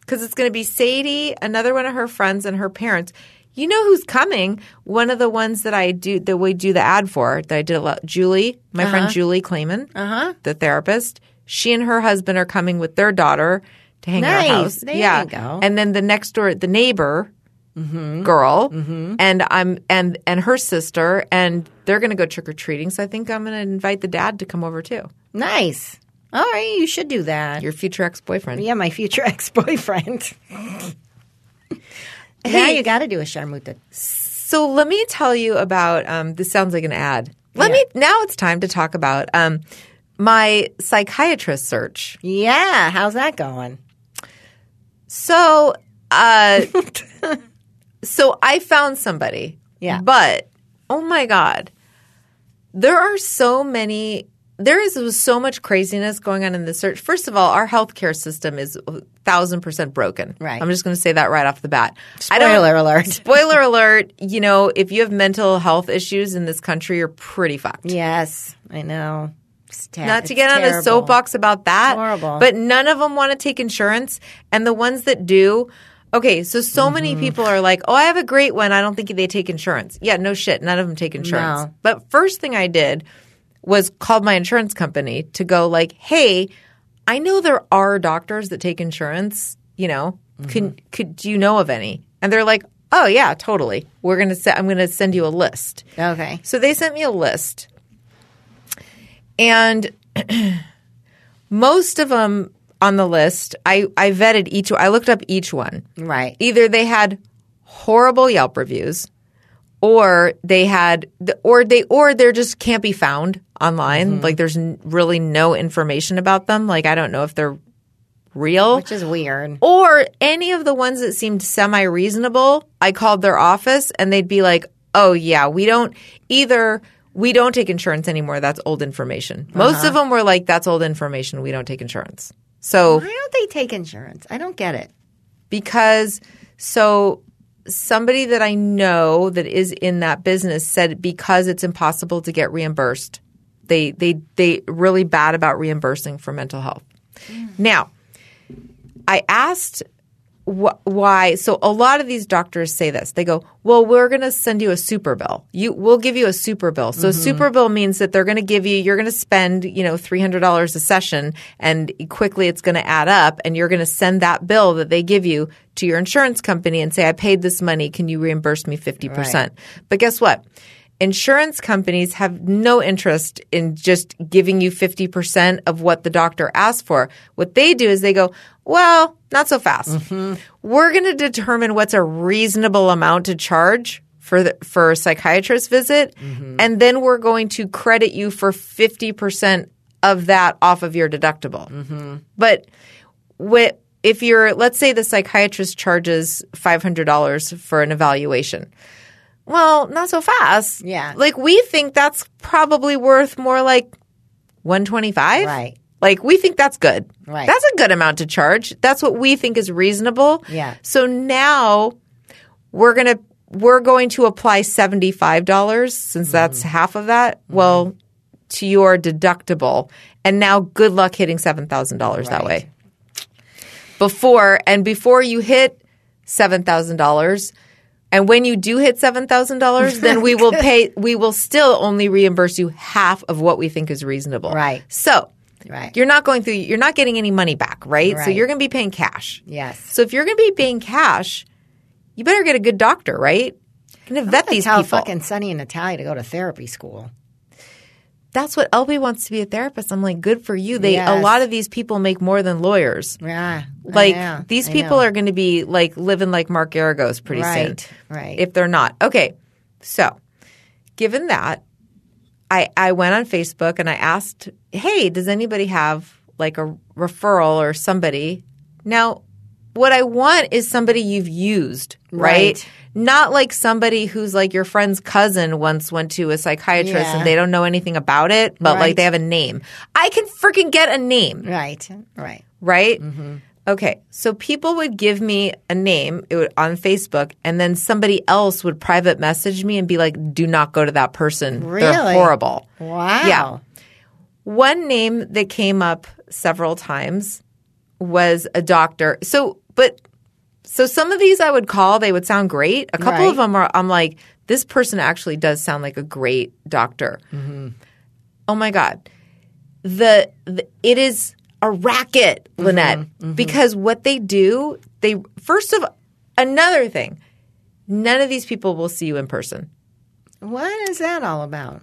Speaker 2: because it's going to be Sadie, another one of her friends, and her parents. You know who's coming? One of the ones that I do that we do the ad for that I did a lot. Julie, my friend Julie Clayman, uh-huh. the therapist. She and her husband are coming with their daughter to hang
Speaker 3: Nice.
Speaker 2: out house.
Speaker 3: There
Speaker 2: yeah,
Speaker 3: you go.
Speaker 2: and then the next door the neighbor Mm-hmm. girl and I'm and and her sister and they're going to go trick or treating so I think I'm going to invite the dad to come over too
Speaker 3: Nice. All right. You should do that.
Speaker 2: your future ex-boyfriend
Speaker 3: Yeah, my future ex boyfriend. now you got to do a charmuta.
Speaker 2: so let me tell you about um, this sounds like an ad let me now it's time to talk about um, my psychiatrist search
Speaker 3: Yeah, how's that going?
Speaker 2: So, uh, so I found somebody.
Speaker 3: Yeah.
Speaker 2: But oh my god, there are so many. There is so much craziness going on in the search. First of all, our healthcare system is thousand percent broken.
Speaker 3: Right.
Speaker 2: I'm just going to say that right off the bat. I don't-
Speaker 3: Spoiler alert.
Speaker 2: Spoiler alert. You know, if you have mental health issues in this country, you're pretty fucked.
Speaker 3: Yes, I know. It's ter-
Speaker 2: Not
Speaker 3: it's
Speaker 2: to get on
Speaker 3: terrible.
Speaker 2: a soapbox about that.
Speaker 3: horrible.
Speaker 2: But none of them want to take insurance. And the ones that do, okay, so so many
Speaker 3: Mm-hmm.
Speaker 2: people are like, oh, I have a great one. I don't think they take insurance. Yeah, no shit. None of them take insurance.
Speaker 3: No.
Speaker 2: But first thing I did was called my insurance company to go like, hey, I know there are doctors that take insurance. You know,
Speaker 3: Mm-hmm.
Speaker 2: can could do you know of any? And they're like, oh yeah, totally. We're gonna se- I'm gonna send you a list.
Speaker 3: Okay.
Speaker 2: So they sent me a list. And most of them on the list, I, I vetted each one. I looked up each one.
Speaker 3: Right.
Speaker 2: Either they had horrible Yelp reviews or they had the- or they or they're just can't be found online like there's n- really no information about them like i don't know if they're real
Speaker 3: which is weird.
Speaker 2: or any of the ones that seemed semi reasonable, I called their office and they'd be like, "Oh yeah, we don't either we don't take insurance anymore. That's old information." Most of them were like, "That's old information. We don't take insurance." So,
Speaker 3: Why don't they take insurance? I don't get it.
Speaker 2: because so somebody that I know that is in that business said because it's impossible to get reimbursed. They they they really bad about reimbursing for mental health. Now, I asked wh- why. So a lot of these doctors say this. They go, "Well, we're going to send you a super bill. You, we'll give you a super bill." So super bill means that they're going to give you. You're going to spend, you know, three hundred dollars a session, and quickly it's going to add up, and you're going to send that bill that they give you to your insurance company and say, "I paid this money. Can you reimburse me fifty percent?" But guess what? Insurance companies have no interest in just giving you 50% of what the doctor asked for. What they do is they go, well, not so fast. We're going to determine what's a reasonable amount to charge for the, for a psychiatrist visit
Speaker 3: Mm-hmm.
Speaker 2: and then we're going to credit you for 50% of that off of your deductible.
Speaker 3: Mm-hmm.
Speaker 2: But wh- if you're let's say the psychiatrist charges $500 for an evaluation. Well, not so fast.
Speaker 3: Yeah.
Speaker 2: Like we think that's probably worth more like 125.
Speaker 3: Right.
Speaker 2: Like we think that's good.
Speaker 3: Right.
Speaker 2: That's a good amount to charge. That's what we think is reasonable.
Speaker 3: Yeah.
Speaker 2: So now we're going to we're going to apply $75 since
Speaker 3: Mm-hmm.
Speaker 2: that's half of that. Well, to your deductible. And now good luck hitting $7,000 that way. Before and before you hit $7,000 and when you do hit $7,000, then we will pay we will still only reimburse you half of what we think is reasonable.
Speaker 3: Right.
Speaker 2: So,
Speaker 3: Right.
Speaker 2: you're not going through you're not getting any money back, right? So
Speaker 3: Right.
Speaker 2: you're going to be paying cash.
Speaker 3: yes.
Speaker 2: So if you're going to be paying cash, you better get a good doctor, right? Going to vet these
Speaker 3: tell
Speaker 2: people.
Speaker 3: fucking Sonny and Natalia to go to therapy school.
Speaker 2: That's what LB wants to be a therapist. I'm like, good for you. They a
Speaker 3: Yes.
Speaker 2: lot of these people make more than lawyers.
Speaker 3: Yeah.
Speaker 2: Like these people are going to be like living like Mark Garagos pretty
Speaker 3: Right,
Speaker 2: soon,
Speaker 3: right.
Speaker 2: If they're not, okay. So, given that, I I went on Facebook and I asked, hey, does anybody have like a referral or somebody? Now, what I want is somebody you've used, right?
Speaker 3: Right.
Speaker 2: Not like somebody who's like your friend's cousin once went to a psychiatrist
Speaker 3: Yeah.
Speaker 2: and they don't know anything about it, but like
Speaker 3: Right.
Speaker 2: they have a name. I can freaking get a name
Speaker 3: Right. Right.
Speaker 2: right? Okay, so people would give me a name it would, on Facebook, and then somebody else would private message me and be like, "Do not go to that person. They're
Speaker 3: Really?
Speaker 2: horrible."
Speaker 3: Wow.
Speaker 2: Yeah. One name that came up several times was a doctor. So, but so some of these I would call; they would sound great. A couple
Speaker 3: Right.
Speaker 2: of them are I'm like, this person actually does sound like a great doctor. Oh my god the, the it is a racket, Lynette, because what they do, they first of another thing, none of these people will see you in person
Speaker 3: What is that all about?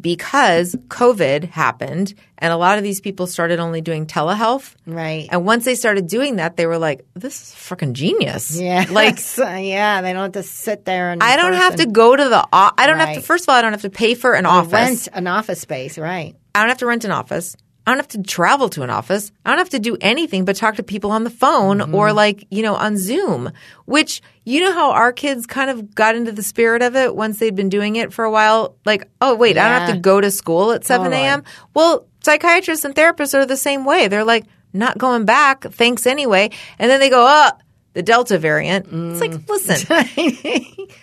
Speaker 2: because COVID happened and a lot of these people started only doing telehealth.
Speaker 3: Right.
Speaker 2: And once they started doing that, they were like, "This is freaking genius."
Speaker 3: Yeah.
Speaker 2: like
Speaker 3: yeah, they don't have to sit there and
Speaker 2: I don't have to go to the. o- I don't have to.
Speaker 3: Right.
Speaker 2: First of all, I don't have to pay for an office.
Speaker 3: rent an office space, right?
Speaker 2: I don't have to rent an office. I don't have to travel to an office. I don't have to do anything but talk to people on the phone
Speaker 3: Mm-hmm.
Speaker 2: or like, you know, on Zoom, which you know how our kids kind of got into the spirit of it once they'd been doing it for a while. Like, oh, wait, I don't have
Speaker 3: Yeah.
Speaker 2: to go to school at 7
Speaker 3: Totally.
Speaker 2: a.m. Well, psychiatrists and therapists are the same way. They're like, not going back. Thanks anyway. And then they go, oh, the Delta variant. It's like, listen, it's
Speaker 3: I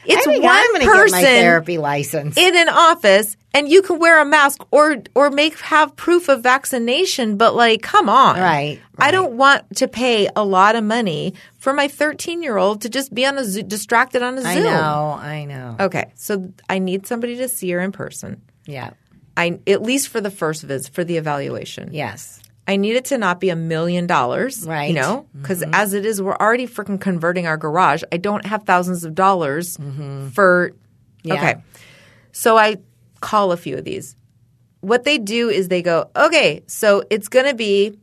Speaker 3: Mm. think
Speaker 2: one
Speaker 3: I'm gonna
Speaker 2: person
Speaker 3: get my therapy license.
Speaker 2: in an office and you can wear a mask or or make have proof of vaccination but like come on
Speaker 3: Right,
Speaker 2: i don't want to pay a lot of money for my 13 year old to just be on a Zo- distracted on a
Speaker 3: I
Speaker 2: zoom
Speaker 3: know, I know.
Speaker 2: okay so i need somebody to see her in person
Speaker 3: Yeah.
Speaker 2: I, at least for the first visit for the evaluation
Speaker 3: Yes.
Speaker 2: I need it to not be a million dollars,
Speaker 3: Right. Mm-hmm.
Speaker 2: You know, because as it is, we're already freaking converting our garage. I don't have thousands of dollars
Speaker 3: Mm-hmm.
Speaker 2: for. Okay, so I call a few of these. What they do is they go, okay, so it's going to be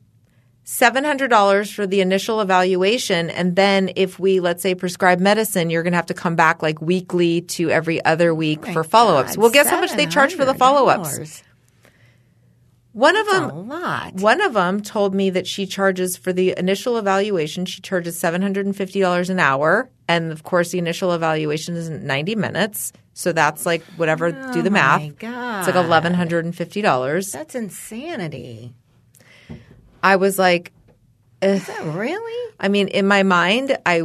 Speaker 2: $700 for the initial evaluation. And then if we, let's say, prescribe medicine, you're going to have to come back like weekly to every other week for follow ups.
Speaker 3: Oh God,
Speaker 2: Well, guess how much they charge for the follow ups?
Speaker 3: $700.
Speaker 2: One of
Speaker 3: A
Speaker 2: them,
Speaker 3: lot.
Speaker 2: one of them told me that she charges for the initial evaluation. She charges seven hundred and fifty dollars an hour, and of course, the initial evaluation is ninety minutes. So that's like whatever. do the math.
Speaker 3: Oh, my
Speaker 2: It's like
Speaker 3: God.
Speaker 2: eleven hundred and fifty dollars.
Speaker 3: That's insanity.
Speaker 2: I was like,
Speaker 3: Is that really?
Speaker 2: I mean, in my mind, I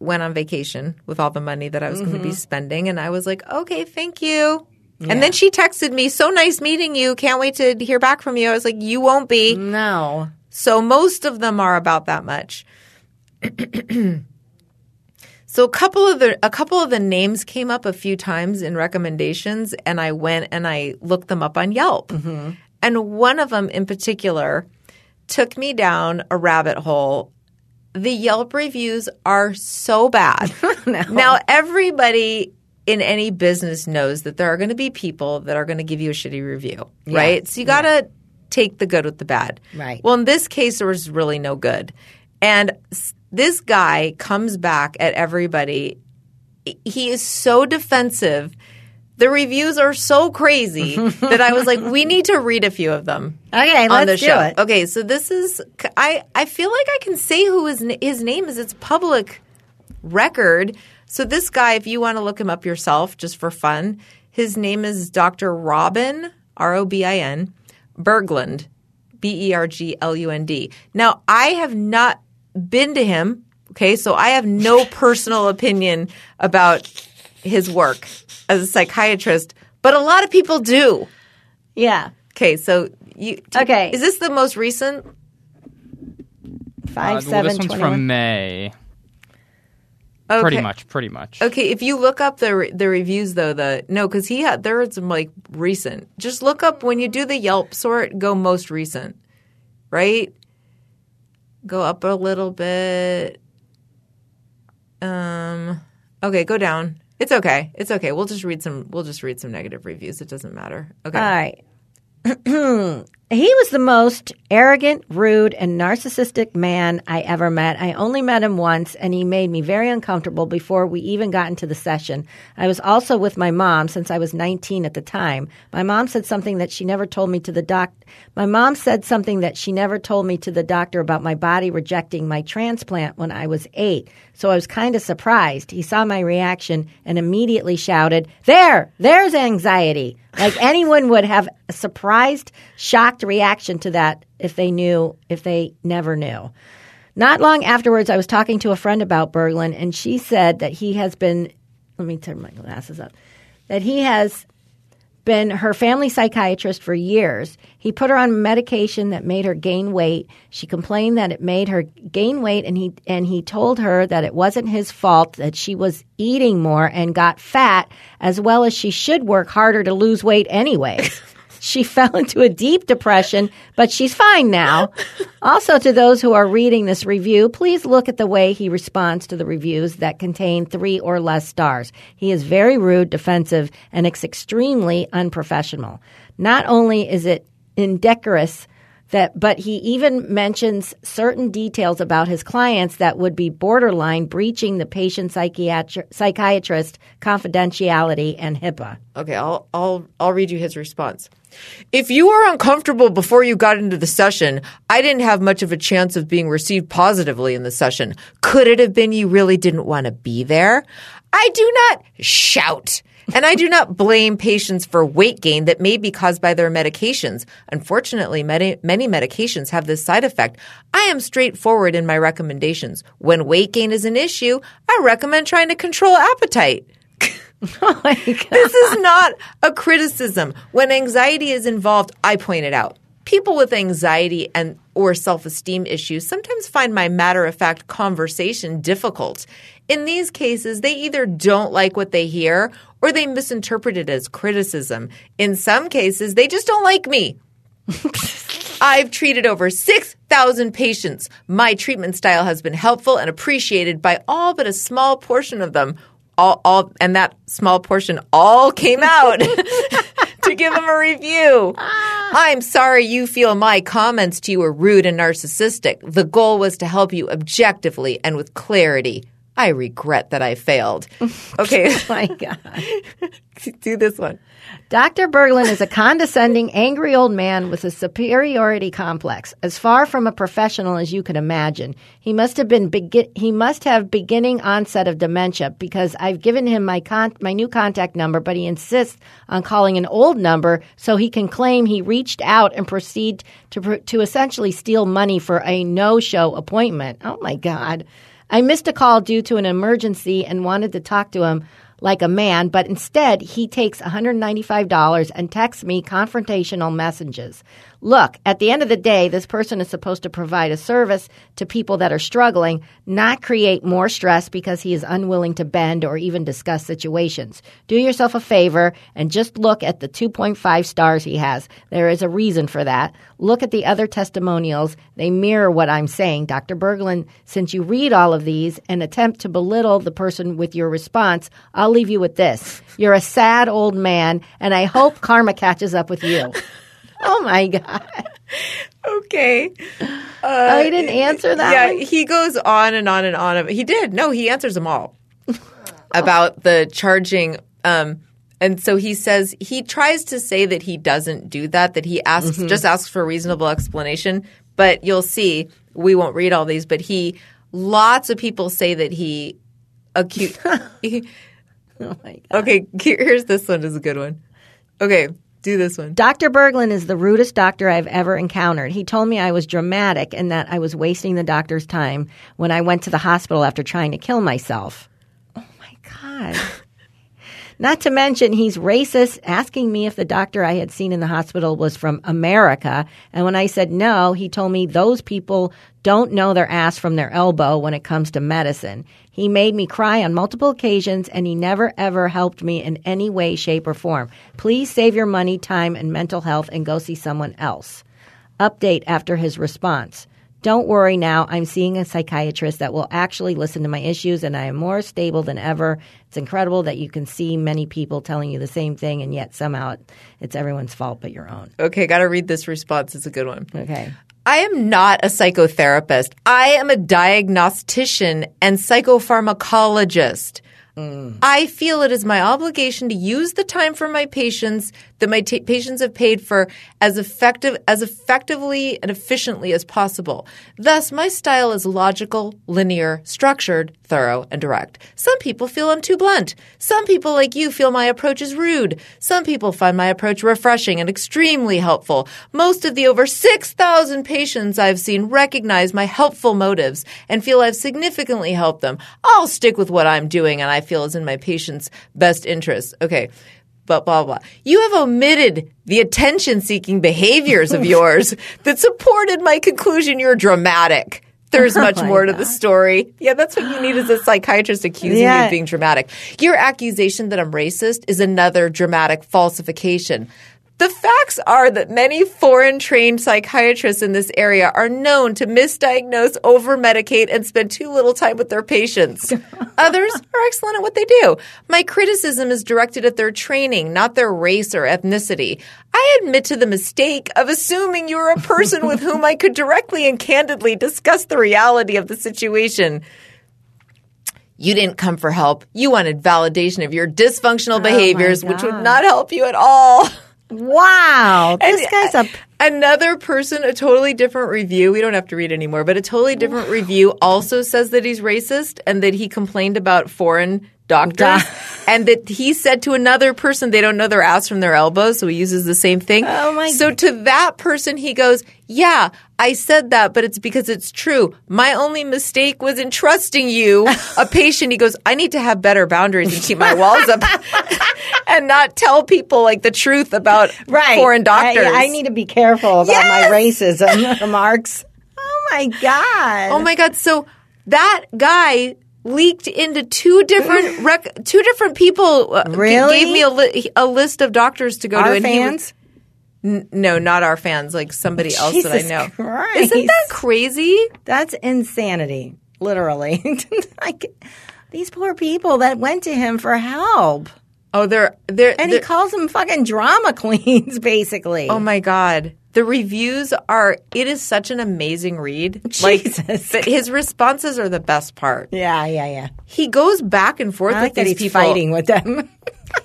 Speaker 2: went on vacation with all the money that I was
Speaker 3: Mm-hmm.
Speaker 2: going to be spending, and I was like, okay, thank you. And then she texted me, so nice meeting you. Can't wait to hear back from you. I was like, you won't be.
Speaker 3: No.
Speaker 2: So most of them are about that much. so a couple of the a couple of the names came up a few times in recommendations, and I went and I looked them up on Yelp. And one of them in particular took me down a rabbit hole. The Yelp reviews are so bad. Now everybody in any business knows that there are going to be people that are going to give you a shitty review, right? So you got to take the good with the bad.
Speaker 3: Right.
Speaker 2: Well, in this case, there was really no good. And s- this guy comes back at everybody. He is so defensive. The reviews are so crazy that I was like, we need to read a few of them
Speaker 3: Okay,
Speaker 2: on
Speaker 3: let's
Speaker 2: the
Speaker 3: do
Speaker 2: show. Oh.
Speaker 3: it.
Speaker 2: Okay, so this is I I feel like I can say who his n- his name is. It's public record. So this guy, if you want to look him up yourself just for fun, his name is Dr. Robin R O B I N Berglund B E R G L U N D. Now I have not been to him. Okay, so I have no personal opinion about his work as a psychiatrist, but a lot of people do.
Speaker 3: Yeah.
Speaker 2: Okay, so you
Speaker 3: Okay.
Speaker 2: Is this the most recent?
Speaker 5: Uh,
Speaker 3: Five,
Speaker 5: well,
Speaker 3: seven,
Speaker 5: this one's from May.
Speaker 2: Okay.
Speaker 5: Pretty much, pretty much.
Speaker 2: Okay, if you look up the re- the reviews though, the no, because he had there was some like recent. Just look up when you do the Yelp sort, go most recent, right? Go up a little bit. Um. Okay, go down. It's okay. It's okay. We'll just read some. We'll just read some negative reviews. It doesn't matter. Okay.
Speaker 3: All right. he was the most arrogant, rude, and narcissistic man I ever met. I only met him once, and he made me very uncomfortable before we even got into the session. I was also with my mom since I was 19 at the time. My mom said something that she never told me to the doc. My mom said something that she never told me to the doctor about my body rejecting my transplant when I was eight. So I was kind of surprised. He saw my reaction and immediately shouted, There, there's anxiety. Like anyone would have a surprised, shocked reaction to that if they knew, if they never knew. Not long afterwards, I was talking to a friend about Berglund, and she said that he has been, let me turn my glasses up, that he has been her family psychiatrist for years. He put her on medication that made her gain weight. She complained that it made her gain weight and he and he told her that it wasn't his fault that she was eating more and got fat as well as she should work harder to lose weight anyway. She fell into a deep depression, but she's fine now. Also, to those who are reading this review, please look at the way he responds to the reviews that contain three or less stars. He is very rude, defensive, and it's extremely unprofessional. Not only is it indecorous, that but he even mentions certain details about his clients that would be borderline breaching the patient psychiatri- psychiatrist confidentiality and HIPAA.
Speaker 2: Okay, I'll I'll I'll read you his response. If you were uncomfortable before you got into the session, I didn't have much of a chance of being received positively in the session. Could it have been you really didn't want to be there? I do not shout. And I do not blame patients for weight gain that may be caused by their medications. Unfortunately, many, many medications have this side effect. I am straightforward in my recommendations. When weight gain is an issue, I recommend trying to control appetite
Speaker 3: Oh
Speaker 2: this is not a criticism. When anxiety is involved, I point it out. People with anxiety and or self-esteem issues sometimes find my matter-of-fact conversation difficult. In these cases, they either don't like what they hear or they misinterpret it as criticism. In some cases, they just don't like me. I've treated over 6,000 patients. My treatment style has been helpful and appreciated by all but a small portion of them. All, all, and that small portion all came out to give him a review. I'm sorry you feel my comments to you were rude and narcissistic. The goal was to help you objectively and with clarity. I regret that I failed. Okay,
Speaker 3: Oh My God.
Speaker 2: do this one.
Speaker 3: Dr. Berglund is a condescending, angry old man with a superiority complex, as far from a professional as you can imagine. He must have been begin- he must have beginning onset of dementia because I've given him my con- my new contact number, but he insists on calling an old number so he can claim he reached out and proceed to pr- to essentially steal money for a no-show appointment. Oh my God. I missed a call due to an emergency and wanted to talk to him like a man, but instead he takes $195 and texts me confrontational messages. Look, at the end of the day, this person is supposed to provide a service to people that are struggling, not create more stress because he is unwilling to bend or even discuss situations. Do yourself a favor and just look at the 2.5 stars he has. There is a reason for that. Look at the other testimonials. They mirror what I'm saying. Dr. Berglund, since you read all of these and attempt to belittle the person with your response, I'll leave you with this. You're a sad old man, and I hope karma catches up with you. Oh my God.
Speaker 2: Okay.
Speaker 3: Oh, he didn't answer that?
Speaker 2: yeah,
Speaker 3: one?
Speaker 2: he goes on and on and on. He did. No, he answers them all about the charging. Um, and so he says he tries to say that he doesn't do that. That he asks just asks for a reasonable explanation. But you'll see, we won't read all these. But he, lots of people say that he, acute.
Speaker 3: Oh my God.
Speaker 2: okay, here's this one. Is a good one. Okay, do this one.
Speaker 3: Dr. Berglund is the rudest doctor I've ever encountered. He told me I was dramatic and that I was wasting the doctor's time when I went to the hospital after trying to kill myself. Oh my God. Not to mention, he's racist, asking me if the doctor I had seen in the hospital was from America. And when I said no, he told me those people don't know their ass from their elbow when it comes to medicine. He made me cry on multiple occasions, and he never ever helped me in any way, shape, or form. Please save your money, time, and mental health and go see someone else. Update after his response. Don't worry now, I'm seeing a psychiatrist that will actually listen to my issues and I am more stable than ever. It's incredible that you can see many people telling you the same thing and yet somehow it, it's everyone's fault but your own.
Speaker 2: Okay, got to read this response. It's a good one.
Speaker 3: Okay.
Speaker 2: I am not a psychotherapist. I am a diagnostician and psychopharmacologist. I feel it is my obligation to use the time for my patients that my ta patients have paid for as effective as effectively and efficiently as possible. Thus, my style is logical, linear, structured, thorough, and direct. Some people feel I'm too blunt. Some people like you feel my approach is rude. Some people find my approach refreshing and extremely helpful. Most of the over 6,000 patients I've seen recognize my helpful motives and feel I've significantly helped them. I'll stick with what I'm doing and I feel is in my patient's best interest. Okay. But blah, blah, blah. You have omitted the attention seeking behaviors of yours that supported my conclusion you're dramatic. There's much more to the story. Yeah, that's what you need is a psychiatrist accusing you
Speaker 3: Yeah.
Speaker 2: of being dramatic. Your accusation that I'm racist is another dramatic falsification. The facts are that many foreign trained psychiatrists in this area are known to misdiagnose, over medicate, and spend too little time with their patients. Others are excellent at what they do. My criticism is directed at their training, not their race or ethnicity. I admit to the mistake of assuming you're a person with whom I could directly and candidly discuss the reality of the situation. You didn't come for help. You wanted validation of your dysfunctional behaviors, which would
Speaker 3: God.
Speaker 2: not help you at all.
Speaker 3: Wow. This guy's a
Speaker 2: Another person, a totally different review. We don't have to read anymore, but a totally different review also says that he's racist and that he complained about foreign doctors, and that he said to another person they don't know their ass from their elbow, so he uses the same thing.
Speaker 3: Oh, my
Speaker 2: So to that person, he goes, "Yeah, I said that, but it's because it's true. My only mistake was entrusting you, a patient." He goes, "I need to have better boundaries and keep my walls up." And not tell people like the truth about foreign doctors.
Speaker 3: I, I need to be careful about
Speaker 2: Yes!
Speaker 3: my racism remarks. Oh my God.
Speaker 2: Oh my god! So that guy leaked into two different rec- two different people. uh, g-
Speaker 3: Really?
Speaker 2: gave me a, li- a list of doctors to go to.
Speaker 3: Our
Speaker 2: and he was-
Speaker 3: fans?
Speaker 2: no, not our fans. Like somebody else that I
Speaker 3: Jesus
Speaker 2: know.
Speaker 3: Christ.
Speaker 2: Isn't that crazy?
Speaker 3: That's insanity, literally. like, these poor people that went to him for help.
Speaker 2: Oh, they're they're
Speaker 3: And
Speaker 2: they're-
Speaker 3: he calls them fucking drama queens, basically.
Speaker 2: Oh my god. The reviews are it is such an amazing read.
Speaker 3: Jesus.
Speaker 2: but his responses are the best part.
Speaker 3: yeah, yeah, yeah.
Speaker 2: He goes back and forth
Speaker 3: I
Speaker 2: with
Speaker 3: like that
Speaker 2: these
Speaker 3: he's
Speaker 2: people.
Speaker 3: fighting with them.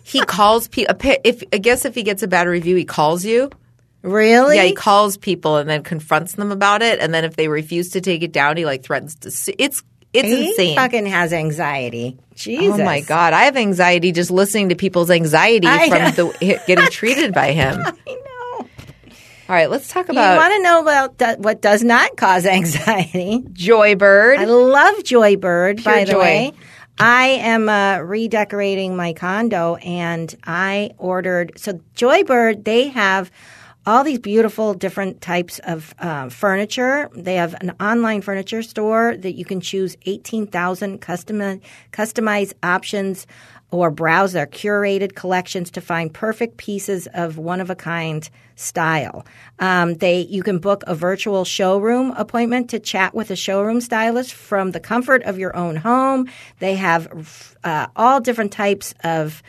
Speaker 2: He calls people if I guess if he gets a bad review, he calls you.
Speaker 3: really?
Speaker 2: Yeah, he calls people and then confronts them about it and then if they refuse to take it down, he like threatens to sue. it's it's
Speaker 3: He
Speaker 2: insane.
Speaker 3: fucking has anxiety. Jesus.
Speaker 2: Oh my god, I have anxiety just listening to people's anxiety
Speaker 3: I
Speaker 2: from the getting treated by him.
Speaker 3: I know.
Speaker 2: All right, let's talk
Speaker 3: you
Speaker 2: about
Speaker 3: want to know about do- what does not cause anxiety?
Speaker 2: Joybird.
Speaker 3: I love Joy Bird, by the
Speaker 2: joy.
Speaker 3: way. I am uh, redecorating my condo and I ordered. So, Joybird, they have all these beautiful different types of uh, furniture. They have an online furniture store that you can choose 18,000 custom- uh, customized options or browse their curated collections to find perfect pieces of one of a kind style. Um, they you can book a virtual showroom appointment to chat with a showroom stylist from the comfort of your own home. They have uh, all different types of.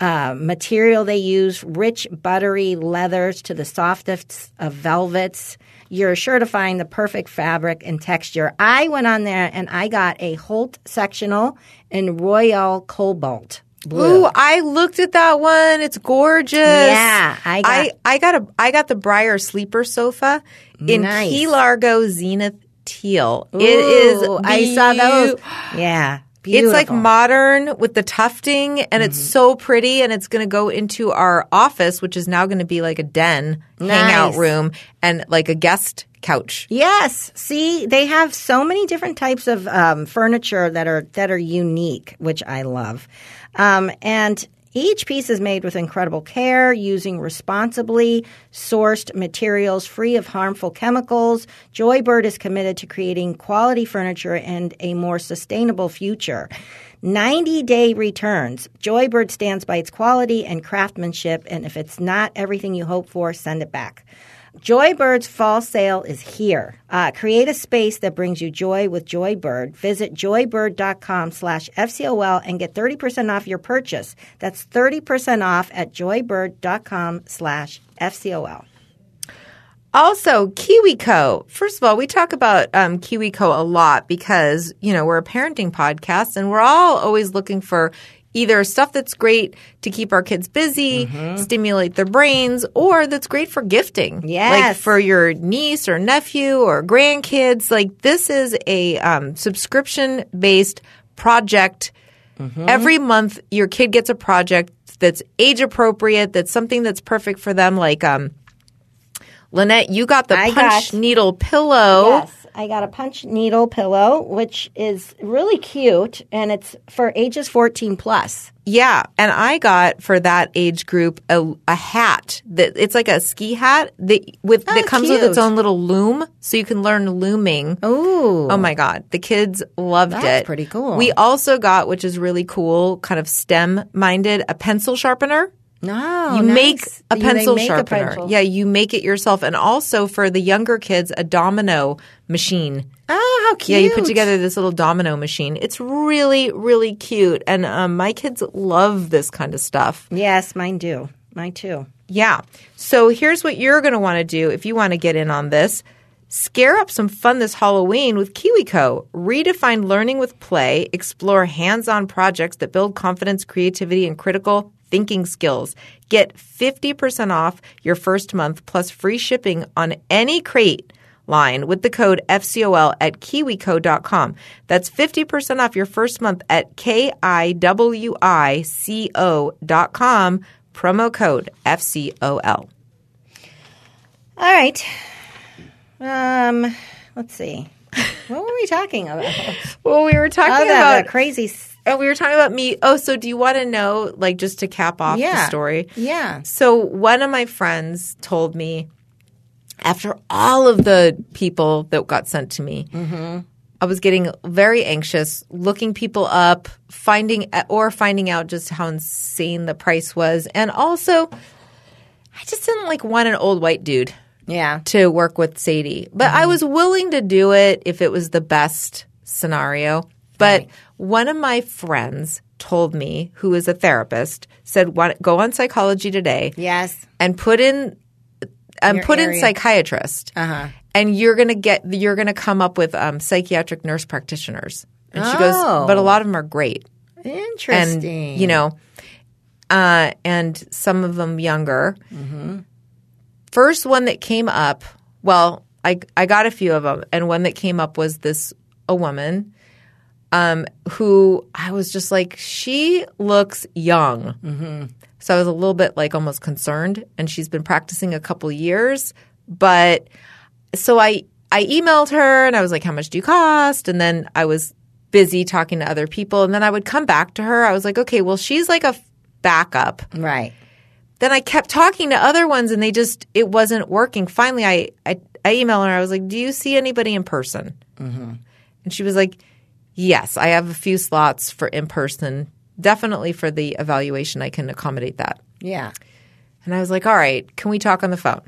Speaker 3: Uh, material they use rich buttery leathers to the softest of velvets you're sure to find the perfect fabric and texture i went on there and i got a holt sectional in royal cobalt
Speaker 2: Ooh, I looked at that one. It's gorgeous.
Speaker 3: Yeah, I got-
Speaker 2: I, I got a I got the Briar sleeper sofa in
Speaker 3: Nice.
Speaker 2: Key Largo Zenith teal. it is.
Speaker 3: Ooh, I saw those.
Speaker 2: beau-
Speaker 3: Yeah, beautiful. Mm-hmm.
Speaker 2: It's like modern with the tufting, and it's so pretty. And it's going to go into our office, which is now going to be like a den, hangout
Speaker 3: Nice.
Speaker 2: room, and like a guest couch.
Speaker 3: Yes. See, they have so many different types of um, furniture that are that are unique, which I love. Um, and each piece is made with incredible care, using responsibly sourced materials free of harmful chemicals. Joybird is committed to creating quality furniture and a more sustainable future. 90 day returns. Joybird stands by its quality and craftsmanship, and if it's not everything you hope for, send it back. Joybird's fall sale is here. Uh, create a space that brings you joy with Joybird. Visit joybird.com slash FCOL and get 30% off your purchase. That's 30% off at joybird.com slash FCOL.
Speaker 2: Also, KiwiCo. First of all, we talk about um, KiwiCo a lot because, you know, we're a parenting podcast and we're all always looking for either stuff that's great to keep our kids busy, stimulate their brains, or that's great for gifting. Like
Speaker 3: Yes.
Speaker 2: for your niece or nephew or grandkids. Like this is a um, subscription based project. Every month, your kid gets a project that's age appropriate, that's something that's perfect for them, like, um, Lynette, you got the
Speaker 3: I got-
Speaker 2: punch needle pillow.
Speaker 3: Yes, I got a punch needle pillow, which is really cute, and it's for ages 14 plus.
Speaker 2: Yeah. And I got for that age group a, a hat that it's like a ski hat that with that comes with its
Speaker 3: Oh, cute.
Speaker 2: own little loom so you can learn looming.
Speaker 3: Ooh.
Speaker 2: Oh my God. The kids loved it.
Speaker 3: That's pretty cool.
Speaker 2: We also got, which is really cool, kind of STEM minded, a pencil sharpener.
Speaker 3: No. Oh,
Speaker 2: you
Speaker 3: nice.
Speaker 2: make a
Speaker 3: You- they
Speaker 2: pencil
Speaker 3: make a
Speaker 2: sharpener.
Speaker 3: pencil.
Speaker 2: Yeah, you make it yourself. And also for the younger kids, a domino machine.
Speaker 3: Oh, how cute.
Speaker 2: Yeah, you put together this little domino machine. It's really, really cute. And um, my kids love this kind of stuff.
Speaker 3: Yes, mine do. Mine too.
Speaker 2: Yeah. So here's what you're going to want to do if you want to get in on this. Scare up some fun this Halloween with KiwiCo. Redefine learning with play, explore hands on projects that build confidence, creativity, and critical thinking skills. Get 50% off your first month plus free shipping on any crate line with the code FCOL at kiwico.com. That's 50% off your first month at K-I-W-I-C-O.com, promo code FCOL.
Speaker 3: All right. Um, let's see. What were we talking about?
Speaker 2: Well, we were talking
Speaker 3: oh, that,
Speaker 2: about
Speaker 3: that crazy. s-
Speaker 2: and we were talking about me. Oh, so do you want to know like just to cap off the
Speaker 3: Yeah.
Speaker 2: story?
Speaker 3: Yeah.
Speaker 2: So one of my friends told me after all of the people that got sent to me, I was getting very anxious, looking people up, finding or finding out just how insane the price was, and also I just didn't like want an old white dude
Speaker 3: Yeah.
Speaker 2: to work with Sadie, but I was willing to do it if it was the best scenario. But one of my friends told me, who is a therapist, said, "Why- "Go on Psychology Today
Speaker 3: Yes.
Speaker 2: and put in and
Speaker 3: Your
Speaker 2: put in
Speaker 3: area. Uh.
Speaker 2: psychiatrist,
Speaker 3: Uh-huh.
Speaker 2: and you're gonna get you're gonna come up with um, psychiatric nurse practitioners." And she goes,
Speaker 3: Oh.
Speaker 2: "But a lot of them are great, and
Speaker 3: Interesting.
Speaker 2: you know, uh, and some of them younger." First one that came up, well, I I got a few of them, and one that came up was this a woman um, who I was just like, she looks young. So I was a little bit like almost concerned. And she's been practicing a couple years, but so I I emailed her and I was like, how much do you cost? And then I was busy talking to other people, and then I would come back to her. I was like, okay, well, she's like a f- backup
Speaker 3: right.
Speaker 2: then I kept talking to other ones and they just it wasn't working. Finally, I I, I emailed her. I was like, "Do you see anybody in person?" And she was like, "Yes, I have a few slots for in person. Definitely for the evaluation, I can accommodate that."
Speaker 3: Yeah.
Speaker 2: And I was like, all right, can we talk on the phone?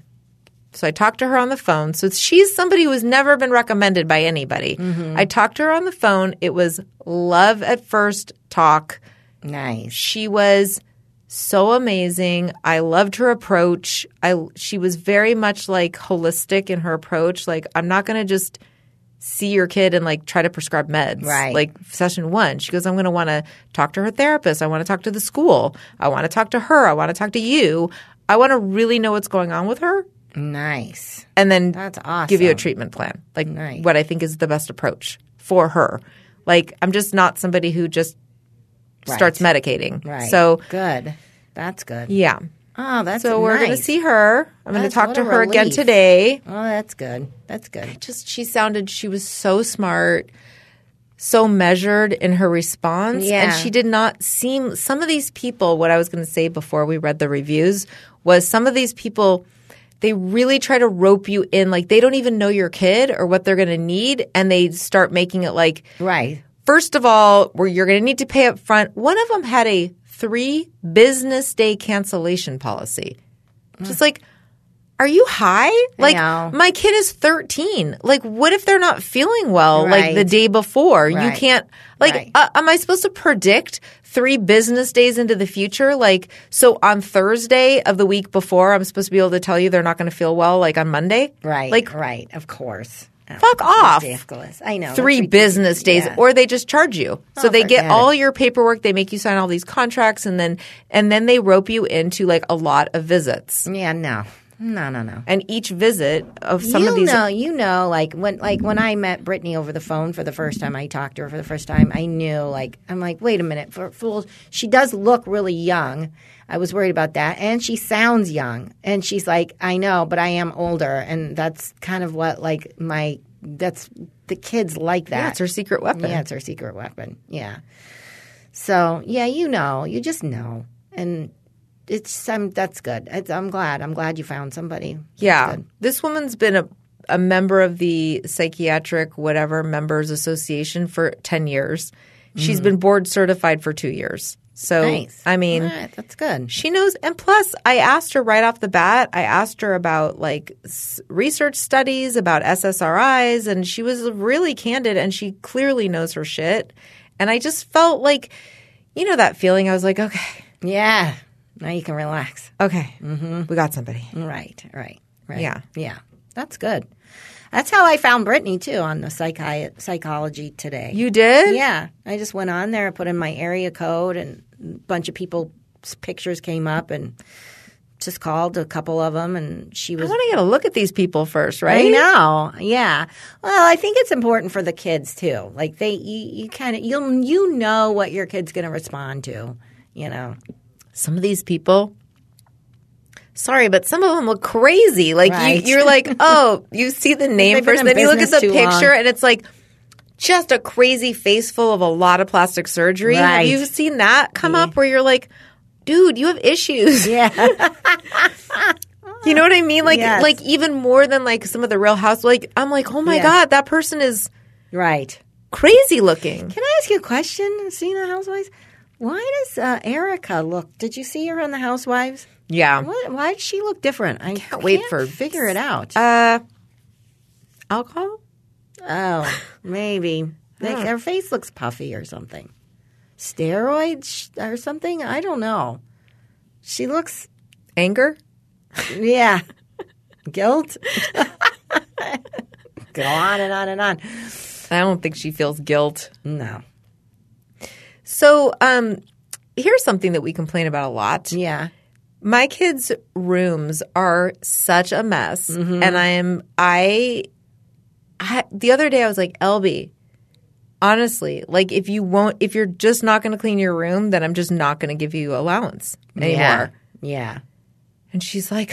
Speaker 2: So I talked to her on the phone. So she's somebody who has never been recommended by anybody. I talked to her on the phone. It was love at first talk.
Speaker 3: Nice.
Speaker 2: She was so amazing. I loved her approach. I she was very much like holistic in her approach. Like I'm not going to just see your kid and like try to prescribe meds.
Speaker 3: Right.
Speaker 2: Like session 1, she goes I'm going to want to talk to her therapist. I want to talk to the school. I want to talk to her. I want to talk to you. I want to really know what's going on with her
Speaker 3: Nice.
Speaker 2: and then
Speaker 3: That's awesome.
Speaker 2: give you a treatment plan, like
Speaker 3: Nice.
Speaker 2: what I think is the best approach for her. Like I'm just not somebody who just starts medicating.
Speaker 3: Right.
Speaker 2: So
Speaker 3: good. That's good.
Speaker 2: yeah.
Speaker 3: Oh, that's
Speaker 2: So we're going to
Speaker 3: nice.
Speaker 2: see her. I'm going to
Speaker 3: That's-
Speaker 2: talk
Speaker 3: what
Speaker 2: to
Speaker 3: a
Speaker 2: her again
Speaker 3: relief.
Speaker 2: today.
Speaker 3: Oh, that's good. That's good.
Speaker 2: Just she sounded she was so smart, so measured in her response
Speaker 3: Yeah.
Speaker 2: and she did not seem some of these people what I was going to say before we read the reviews was some of these people they really try to rope you in like they don't even know your kid or what they're going to need and they start making it like
Speaker 3: Right.
Speaker 2: First of all, where you're going to need to pay up front. One of them had a three business day cancellation policy. Just like, are you high? Like,
Speaker 3: know.
Speaker 2: my kid is 13. Like, what if they're not feeling well, like the
Speaker 3: Right.
Speaker 2: day before? You
Speaker 3: Right.
Speaker 2: can't, like,
Speaker 3: Right.
Speaker 2: uh, am I supposed to predict three business days into the future? Like, so on Thursday of the week before, I'm supposed to be able to tell you they're not going to feel well, like on Monday?
Speaker 3: Right.
Speaker 2: Like,
Speaker 3: right. Of course. Oh,
Speaker 2: fuck off
Speaker 3: ridiculous. I know. that's
Speaker 2: three
Speaker 3: ridiculous.
Speaker 2: business days
Speaker 3: Yeah.
Speaker 2: or they just charge you
Speaker 3: Oh,
Speaker 2: so they get
Speaker 3: forget
Speaker 2: all your paperwork they make you sign all these contracts and then and then they rope you into like a lot of visits
Speaker 3: Yeah. No. No. No. No.
Speaker 2: and each visit of some
Speaker 3: you
Speaker 2: of these
Speaker 3: know, you know, like when, like when I met Brittany over the phone for the first time, I talked to her for the first time. I knew, like, I'm like, wait a minute, for fools, she does look really young. I was worried about that, and she sounds young. And she's like, I know, but I am older, and that's kind of what, like, my that's the kids like that.
Speaker 2: yeah, it's her secret weapon
Speaker 3: Yeah, it's her secret weapon. Yeah. So yeah, you know, you just know, and it's um, that's good. It's, I'm glad. I'm glad you found somebody.
Speaker 2: Yeah. This woman's been a, a member of the psychiatric whatever members association for 10 years she's been board certified for two years so
Speaker 3: Mm. Nice.
Speaker 2: i mean
Speaker 3: All right, that's good.
Speaker 2: She knows, and plus, I asked her right off the bat. I asked her about like s- research studies about SSRIs, and she was really candid, and she clearly knows her shit. And I just felt like, you know, that feeling. I was like, okay,
Speaker 3: Yeah. Now you can relax.
Speaker 2: okay,
Speaker 3: Mm-hmm.
Speaker 2: we got somebody.
Speaker 3: Right. Right. Right.
Speaker 2: Yeah.
Speaker 3: Yeah. That's good. That's how I found Brittany too on the psychi- psychology today.
Speaker 2: You did,
Speaker 3: Yeah, I just went on there, put in my area code, and a bunch of people's pictures came up, and just called a couple of them, and she
Speaker 2: I
Speaker 3: was.
Speaker 2: want to get a look at these people first, right?
Speaker 3: I know. Yeah. Well, I think it's important for the kids too. Like they, you, you kind of, you'll, you know what your kid's going to respond to. You know.
Speaker 2: Some of these people. Sorry, but some of them look crazy. Like
Speaker 3: Right.
Speaker 2: you, you're like, oh, you see the name
Speaker 3: They've been
Speaker 2: first,
Speaker 3: in
Speaker 2: then you look at
Speaker 3: business
Speaker 2: the
Speaker 3: too
Speaker 2: picture,
Speaker 3: long.
Speaker 2: and it's like, just a crazy face full of a lot of plastic surgery. Have
Speaker 3: Right.
Speaker 2: you seen that come up where you're like, dude, you have issues?
Speaker 3: Yeah.
Speaker 2: You know what I mean? Like,
Speaker 3: Yes.
Speaker 2: like even more than like some of the Real House. Like, I'm like, oh my
Speaker 3: Yeah.
Speaker 2: god, that person is
Speaker 3: right.
Speaker 2: crazy looking.
Speaker 3: Can I ask you a question? Seeing the Housewives, why does uh, Erica look? Did you see her on the Housewives?
Speaker 2: Yeah.
Speaker 3: What, why does she look different? I can't
Speaker 2: wait for-
Speaker 3: figure it out.
Speaker 2: Uh, alcohol.
Speaker 3: oh, maybe. Like,
Speaker 2: Hmm.
Speaker 3: Her face looks puffy or something. Steroids sh- or something? I don't know. She looks,
Speaker 2: Anger?
Speaker 3: yeah, guilt. Go on and on and on.
Speaker 2: I don't think she feels guilt.
Speaker 3: No.
Speaker 2: So, um, here's something that we complain about a lot.
Speaker 3: Yeah.
Speaker 2: My kids' rooms are such a mess,
Speaker 3: Mm-hmm.
Speaker 2: and I am I, I. The other day, I was like, "Elby, honestly, like if you won't, if you're just not going to clean your room, then I'm just not going to give you allowance anymore."
Speaker 3: Yeah. Yeah.
Speaker 2: And she's like,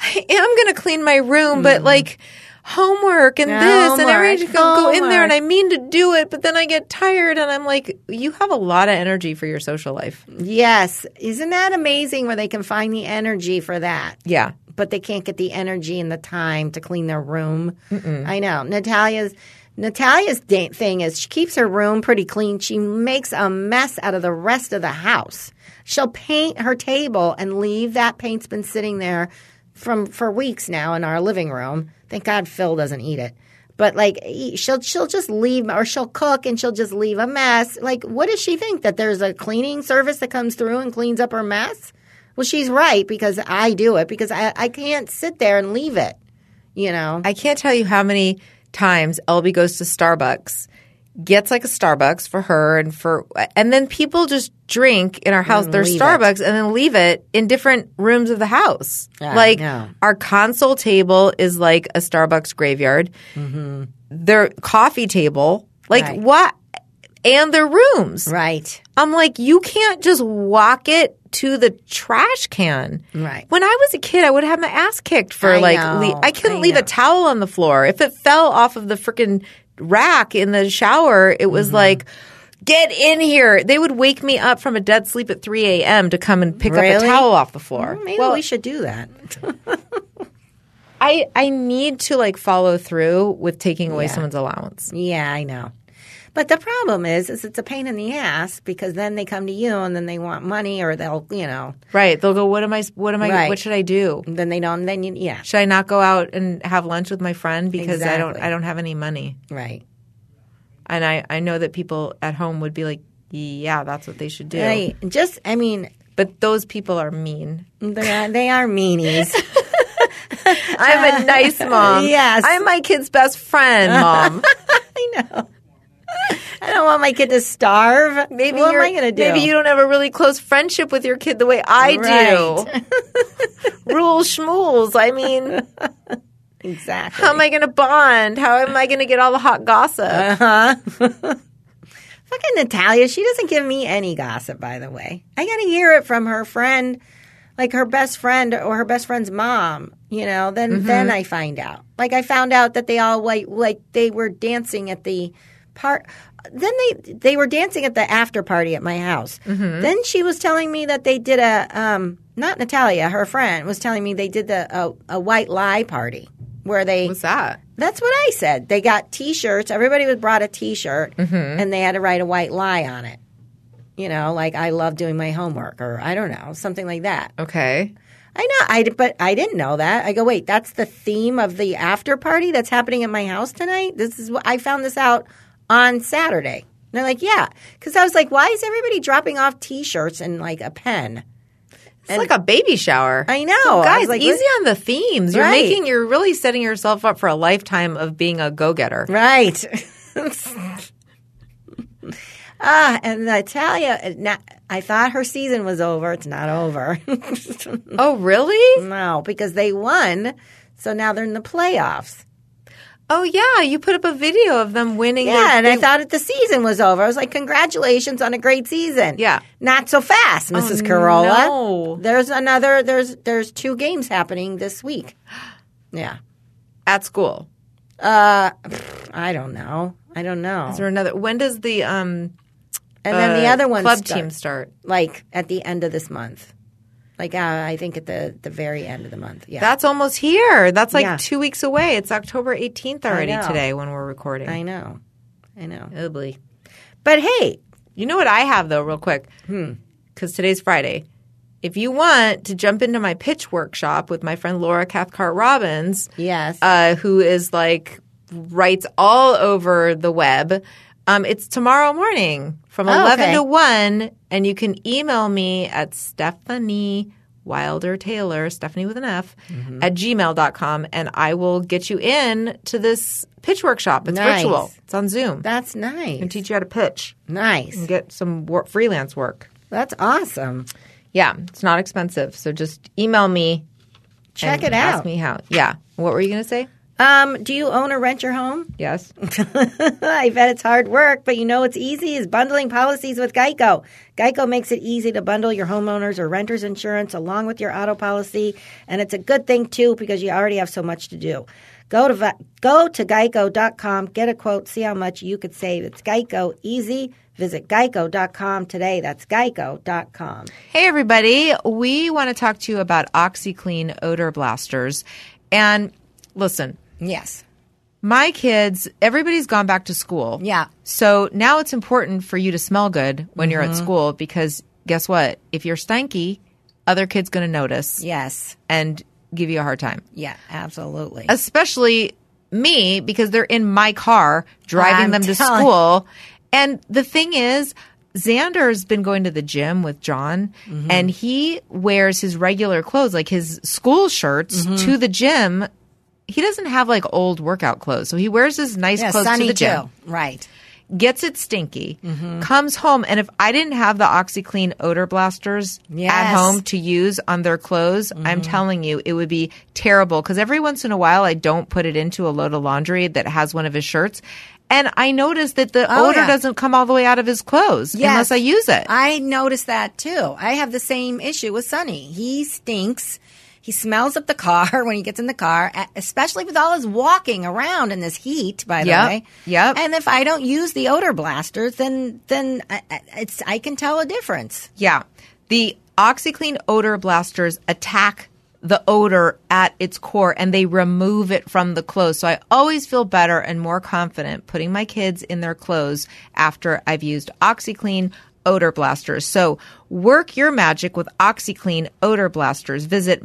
Speaker 2: I am going to clean my room, but like homework and this and
Speaker 3: Mm-hmm.
Speaker 2: I
Speaker 3: Homework,
Speaker 2: ready to go, go in there and I mean to do it, but then I get tired and I'm like, you have a lot of energy for your social life.
Speaker 3: Yes. Isn't that amazing where they can find the energy for that?
Speaker 2: Yeah.
Speaker 3: but they can't get the energy and the time to clean their room. I know Natalia's Natalia's da- thing is she keeps her room pretty clean. She makes a mess out of the rest of the house. She'll paint her table and leave that paint's been sitting there from for weeks now in our living room. Thank God Phil doesn't eat it. But like he- she'll she'll just leave or she'll cook and she'll just leave a mess. Like what does she think that there's a cleaning service that comes through and cleans up her mess? Well, she's right because I do it because I, I can't sit there and leave it. You know,
Speaker 2: I can't tell you how many times Elby goes to Starbucks, gets like a Starbucks for her and for, and then people just drink in our house their
Speaker 3: Mm, leave
Speaker 2: Starbucks and then leave it in different rooms of the house.
Speaker 3: Yeah, I
Speaker 2: like
Speaker 3: know.
Speaker 2: our console table is like a Starbucks graveyard. Their coffee table, like
Speaker 3: Mm-hmm. Right.
Speaker 2: what, and their rooms.
Speaker 3: right?
Speaker 2: I'm like, you can't just walk it to the trash can.
Speaker 3: Right.
Speaker 2: When I was a kid, I would have my ass kicked for
Speaker 3: I
Speaker 2: like,
Speaker 3: know.
Speaker 2: le- I couldn't
Speaker 3: I
Speaker 2: leave a
Speaker 3: know.
Speaker 2: towel on the floor. If it fell off of the freaking rack in the shower, it was
Speaker 3: Mm-hmm.
Speaker 2: like, get in here. They would wake me up from a dead sleep at 3 a.m. to come and pick up a
Speaker 3: Really? Mm,
Speaker 2: towel off the floor.
Speaker 3: Maybe
Speaker 2: well,
Speaker 3: we should do that.
Speaker 2: I, I need to like follow through with taking away
Speaker 3: Yeah.
Speaker 2: someone's allowance.
Speaker 3: Yeah, I know. But the problem is, is it's a pain in the ass because then they come to you and then they want money or they'll, you know,
Speaker 2: Right. They'll go, what am I, what am I,
Speaker 3: Right.
Speaker 2: what should I do?
Speaker 3: then they don't. Then you, yeah,
Speaker 2: Should I not go out and have lunch with my friend because I don't
Speaker 3: Exactly.
Speaker 2: I don't have any money?
Speaker 3: right.
Speaker 2: And I, I know that people at home would be like, yeah, that's what they should do.
Speaker 3: Right. Just, I mean,
Speaker 2: But those people are mean.
Speaker 3: they are, they are meanies.
Speaker 2: I'm a nice mom.
Speaker 3: Yes.
Speaker 2: I'm my kid's best friend, mom.
Speaker 3: I know. I don't want my kid to starve.
Speaker 2: Maybe
Speaker 3: what am
Speaker 2: you're-
Speaker 3: I going to do?
Speaker 2: Maybe you don't have a really close friendship with your kid the way I do. Rule schmools. I mean,
Speaker 3: exactly.
Speaker 2: how am I going to bond? How am I going to get all the hot gossip?
Speaker 3: Uh. Uh-huh. Fucking Natalia, she doesn't give me any gossip, by the way. I got to hear it from her friend, like her best friend or her best friend's mom, you know, then then I find out. Like I found out that they all like like they were dancing at the part then they they were dancing at the after party at my house. Then she was telling me that they did a um not Natalia, her friend was telling me they did the a, a white lie party where they
Speaker 2: What's that?
Speaker 3: that's what I said. They got T-shirts. Everybody was brought a t-shirt,
Speaker 2: Mm-hmm.
Speaker 3: and they had to write a white lie on it. You know, like I love doing my homework, or I don't know, something like that.
Speaker 2: Okay.
Speaker 3: I know, I di- but I didn't know that. I go, wait, that's the theme of the after party that's happening at my house tonight. This is what I found this out on Saturday. And they're like, yeah, because I was like, why is everybody dropping off T-shirts and like a pen?
Speaker 2: It's like a baby shower.
Speaker 3: I know. I
Speaker 2: So
Speaker 3: was
Speaker 2: guys,
Speaker 3: like,
Speaker 2: easy
Speaker 3: what-
Speaker 2: on the themes. You're
Speaker 3: Right.
Speaker 2: making, you're really setting yourself up for a lifetime of being a go
Speaker 3: Mm.
Speaker 2: getter.
Speaker 3: Right. ah, and Natalia, na- I thought her season was over. It's not over.
Speaker 2: Oh, really?
Speaker 3: no, because they won. So now they're in the playoffs.
Speaker 2: Oh, yeah. You put up a video of them winning.
Speaker 3: Yeah,
Speaker 2: their-
Speaker 3: and I thought that the season was over. I was like, congratulations on a great season.
Speaker 2: Yeah. Oh,
Speaker 3: Not so fast, Mrs. Carolla.
Speaker 2: no.
Speaker 3: There's another there's there's two games happening this week. Yeah.
Speaker 2: at school.
Speaker 3: Uh I don't know. I don't know.
Speaker 2: Is there another? When does the um
Speaker 3: And then the
Speaker 2: uh,
Speaker 3: other one
Speaker 2: club
Speaker 3: starts.
Speaker 2: team start?
Speaker 3: like at the end of this month. Like uh, I think at the the very end of the month. Yeah.
Speaker 2: That's almost here. That's like
Speaker 3: Yeah.
Speaker 2: two weeks away. It's October 18th already
Speaker 3: know.
Speaker 2: today when we're recording.
Speaker 3: I know. I know.
Speaker 2: Ugly.
Speaker 3: But hey,
Speaker 2: You know what I have though, real quick,
Speaker 3: Hmm.
Speaker 2: because today's Friday. If you want to jump into my pitch workshop with my friend Laura Cathcart Robbins,
Speaker 3: yes.
Speaker 2: uh, who is like writes all over the web Um, it's tomorrow morning from
Speaker 3: Oh,
Speaker 2: 11
Speaker 3: okay.
Speaker 2: to 1, and you can email me at Stephanie Wilder Taylor, Stephanie with an F,
Speaker 3: Mm-hmm.
Speaker 2: at gmail.com, and I will get you in to this pitch workshop. It's
Speaker 3: Nice.
Speaker 2: virtual, it's on Zoom.
Speaker 3: That's
Speaker 2: and
Speaker 3: nice.
Speaker 2: teach you how to pitch
Speaker 3: Nice.
Speaker 2: and get some wor- freelance work.
Speaker 3: That's awesome.
Speaker 2: Yeah, it's not expensive. So just email me.
Speaker 3: Check it
Speaker 2: and
Speaker 3: out.
Speaker 2: Ask me how. Yeah. What were you going to say?
Speaker 3: Um, do you own or rent your home?
Speaker 2: Yes.
Speaker 3: I bet it's hard work, but you know what's easy is bundling policies with Geico. Geico makes it easy to bundle your homeowners or renters insurance along with your auto policy, and it's a good thing too because you already have so much to do. Go to vi- go to geico.com, get a quote, see how much you could save. It's Geico easy. Visit geico.com today. That's geico.com.
Speaker 2: Hey, everybody. We want to talk to you about OxyClean odor blasters. And listen,
Speaker 3: Yes.
Speaker 2: my kids, everybody's gone back to school.
Speaker 3: Yeah.
Speaker 2: So now it's important for you to smell good when you're
Speaker 3: Mm-hmm.
Speaker 2: at school because guess what? If you're stanky, other kids going to notice
Speaker 3: Yes.
Speaker 2: and give you a hard time.
Speaker 3: Yeah, absolutely.
Speaker 2: especially me because they're in my car driving
Speaker 3: I'm
Speaker 2: them to
Speaker 3: telling-
Speaker 2: school. And the thing is, Xander's been going to the gym with John
Speaker 3: Mm-hmm.
Speaker 2: and he wears his regular clothes, like his school shirts,
Speaker 3: Mm-hmm.
Speaker 2: to the gym. He doesn't have like old workout clothes. So he wears his nice
Speaker 3: Yeah,
Speaker 2: clothes to
Speaker 3: Sunny
Speaker 2: the gym
Speaker 3: Joe. Right.
Speaker 2: gets it stinky,
Speaker 3: Mm-hmm.
Speaker 2: comes home, and if I didn't have the OxyClean odor blasters at
Speaker 3: Yes. Mm-hmm.
Speaker 2: home to use on their clothes, I'm telling you, it would be terrible. Because every once in a while, I don't put it into a load of laundry that has one of his shirts, and I notice that the
Speaker 3: Oh,
Speaker 2: odor
Speaker 3: yeah.
Speaker 2: doesn't come all the way out of his clothes
Speaker 3: Yes.
Speaker 2: unless I use it.
Speaker 3: I noticed that too. I have the same issue with Sonny. He stinks. He smells up the car when he gets in the car, e- especially with all his walking around in this heat. By the
Speaker 2: Yep.
Speaker 3: way,
Speaker 2: Yep.
Speaker 3: And if I don't use the odor blasters, then then I, I- it's I can tell a difference.
Speaker 2: Yeah. The OxyClean odor blasters attack the odor at its core and they remove it from the clothes. So I always feel better and more confident putting my kids in their clothes after I've used OxyClean odor blasters. So work your magic with OxyClean odor blasters. Visit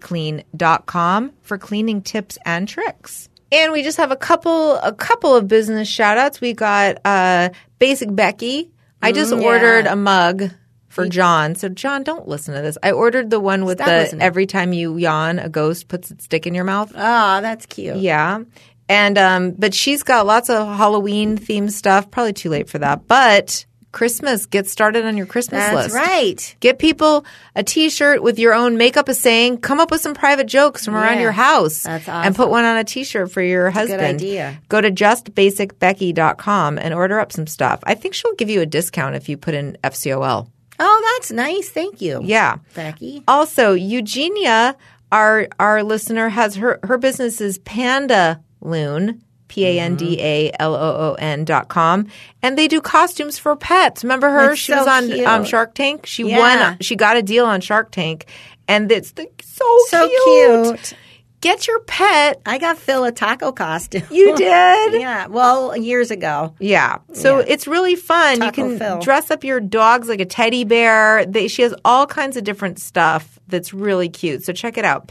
Speaker 2: myoxyclean.com for cleaning tips and tricks. And we just have a couple a couple of business shout outs. We got uh Basic Becky. I just
Speaker 3: Mm,
Speaker 2: ordered a mug for John. So John, don't listen to this. I ordered the one with
Speaker 3: Stop
Speaker 2: the
Speaker 3: listening.
Speaker 2: every time you yawn, a ghost puts its dick in your mouth.
Speaker 3: Oh, that's cute.
Speaker 2: Yeah. And um but she's got lots of Halloween themed stuff. Probably too late for that. But Christmas, get started on your Christmas
Speaker 3: that's
Speaker 2: list.
Speaker 3: right.
Speaker 2: Get people a T-shirt with your own makeup is saying. Come up with some private jokes from around
Speaker 3: Yeah.
Speaker 2: your house,
Speaker 3: That's
Speaker 2: and put one on a T-shirt for your husband.
Speaker 3: idea.
Speaker 2: Go to justbasicbecky.com and order up some stuff. I think she'll give you a discount if you put in FCOL.
Speaker 3: Oh, that's nice. Thank you.
Speaker 2: Yeah.
Speaker 3: Becky.
Speaker 2: Also, Eugenia, our our listener, has her her business is Panda Loon. P A N D A L O O N dot com. And they do costumes for pets. Remember her?
Speaker 3: That's
Speaker 2: she
Speaker 3: so
Speaker 2: was on
Speaker 3: cute.
Speaker 2: um, Shark Tank. She
Speaker 3: Yeah.
Speaker 2: won, uh, she got a deal on Shark Tank. And it's the, so,
Speaker 3: So
Speaker 2: cute.
Speaker 3: cute.
Speaker 2: Get your pet.
Speaker 3: I got Phil a taco costume.
Speaker 2: You did?
Speaker 3: yeah. Well, years ago.
Speaker 2: Yeah. So it's really fun. you
Speaker 3: Taco
Speaker 2: can
Speaker 3: Phil.
Speaker 2: dress up your dogs like a teddy bear. They, she has all kinds of different stuff that's really cute. So check it out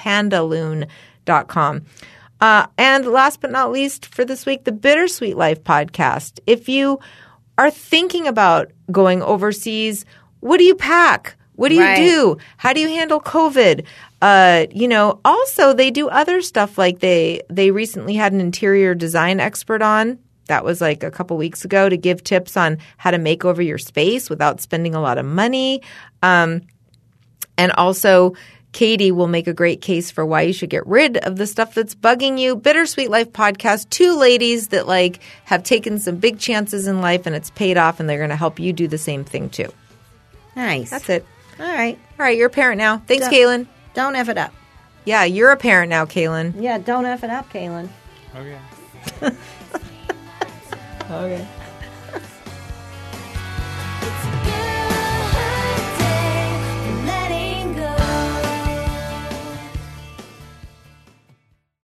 Speaker 2: pandaloon.com. Uh, and last but not least for this week, the Bittersweet Life podcast. If you are thinking about going overseas, what do you pack? What do you
Speaker 3: Right.
Speaker 2: do? do? How do you handle COVID? Uh, you know, also they do other stuff like they they recently had an interior design expert on. That was like a couple weeks ago to give tips on how to make over your space without spending a lot of money. Um, and also, Katie will make a great case for why you should get rid of the stuff that's bugging you. Bittersweet Life podcast, two ladies that like have taken some big chances in life and it's paid off, and they're going to help you do the same thing too.
Speaker 3: Nice.
Speaker 2: That's it.
Speaker 3: All right.
Speaker 2: All right, you're a parent now. Thanks,
Speaker 3: Yeah.
Speaker 2: Kaylin.
Speaker 3: Don't f it up.
Speaker 2: Yeah, you're a parent now, Kaylin.
Speaker 3: Yeah. Don't f it up, Kaylin.
Speaker 5: Okay.
Speaker 3: Okay.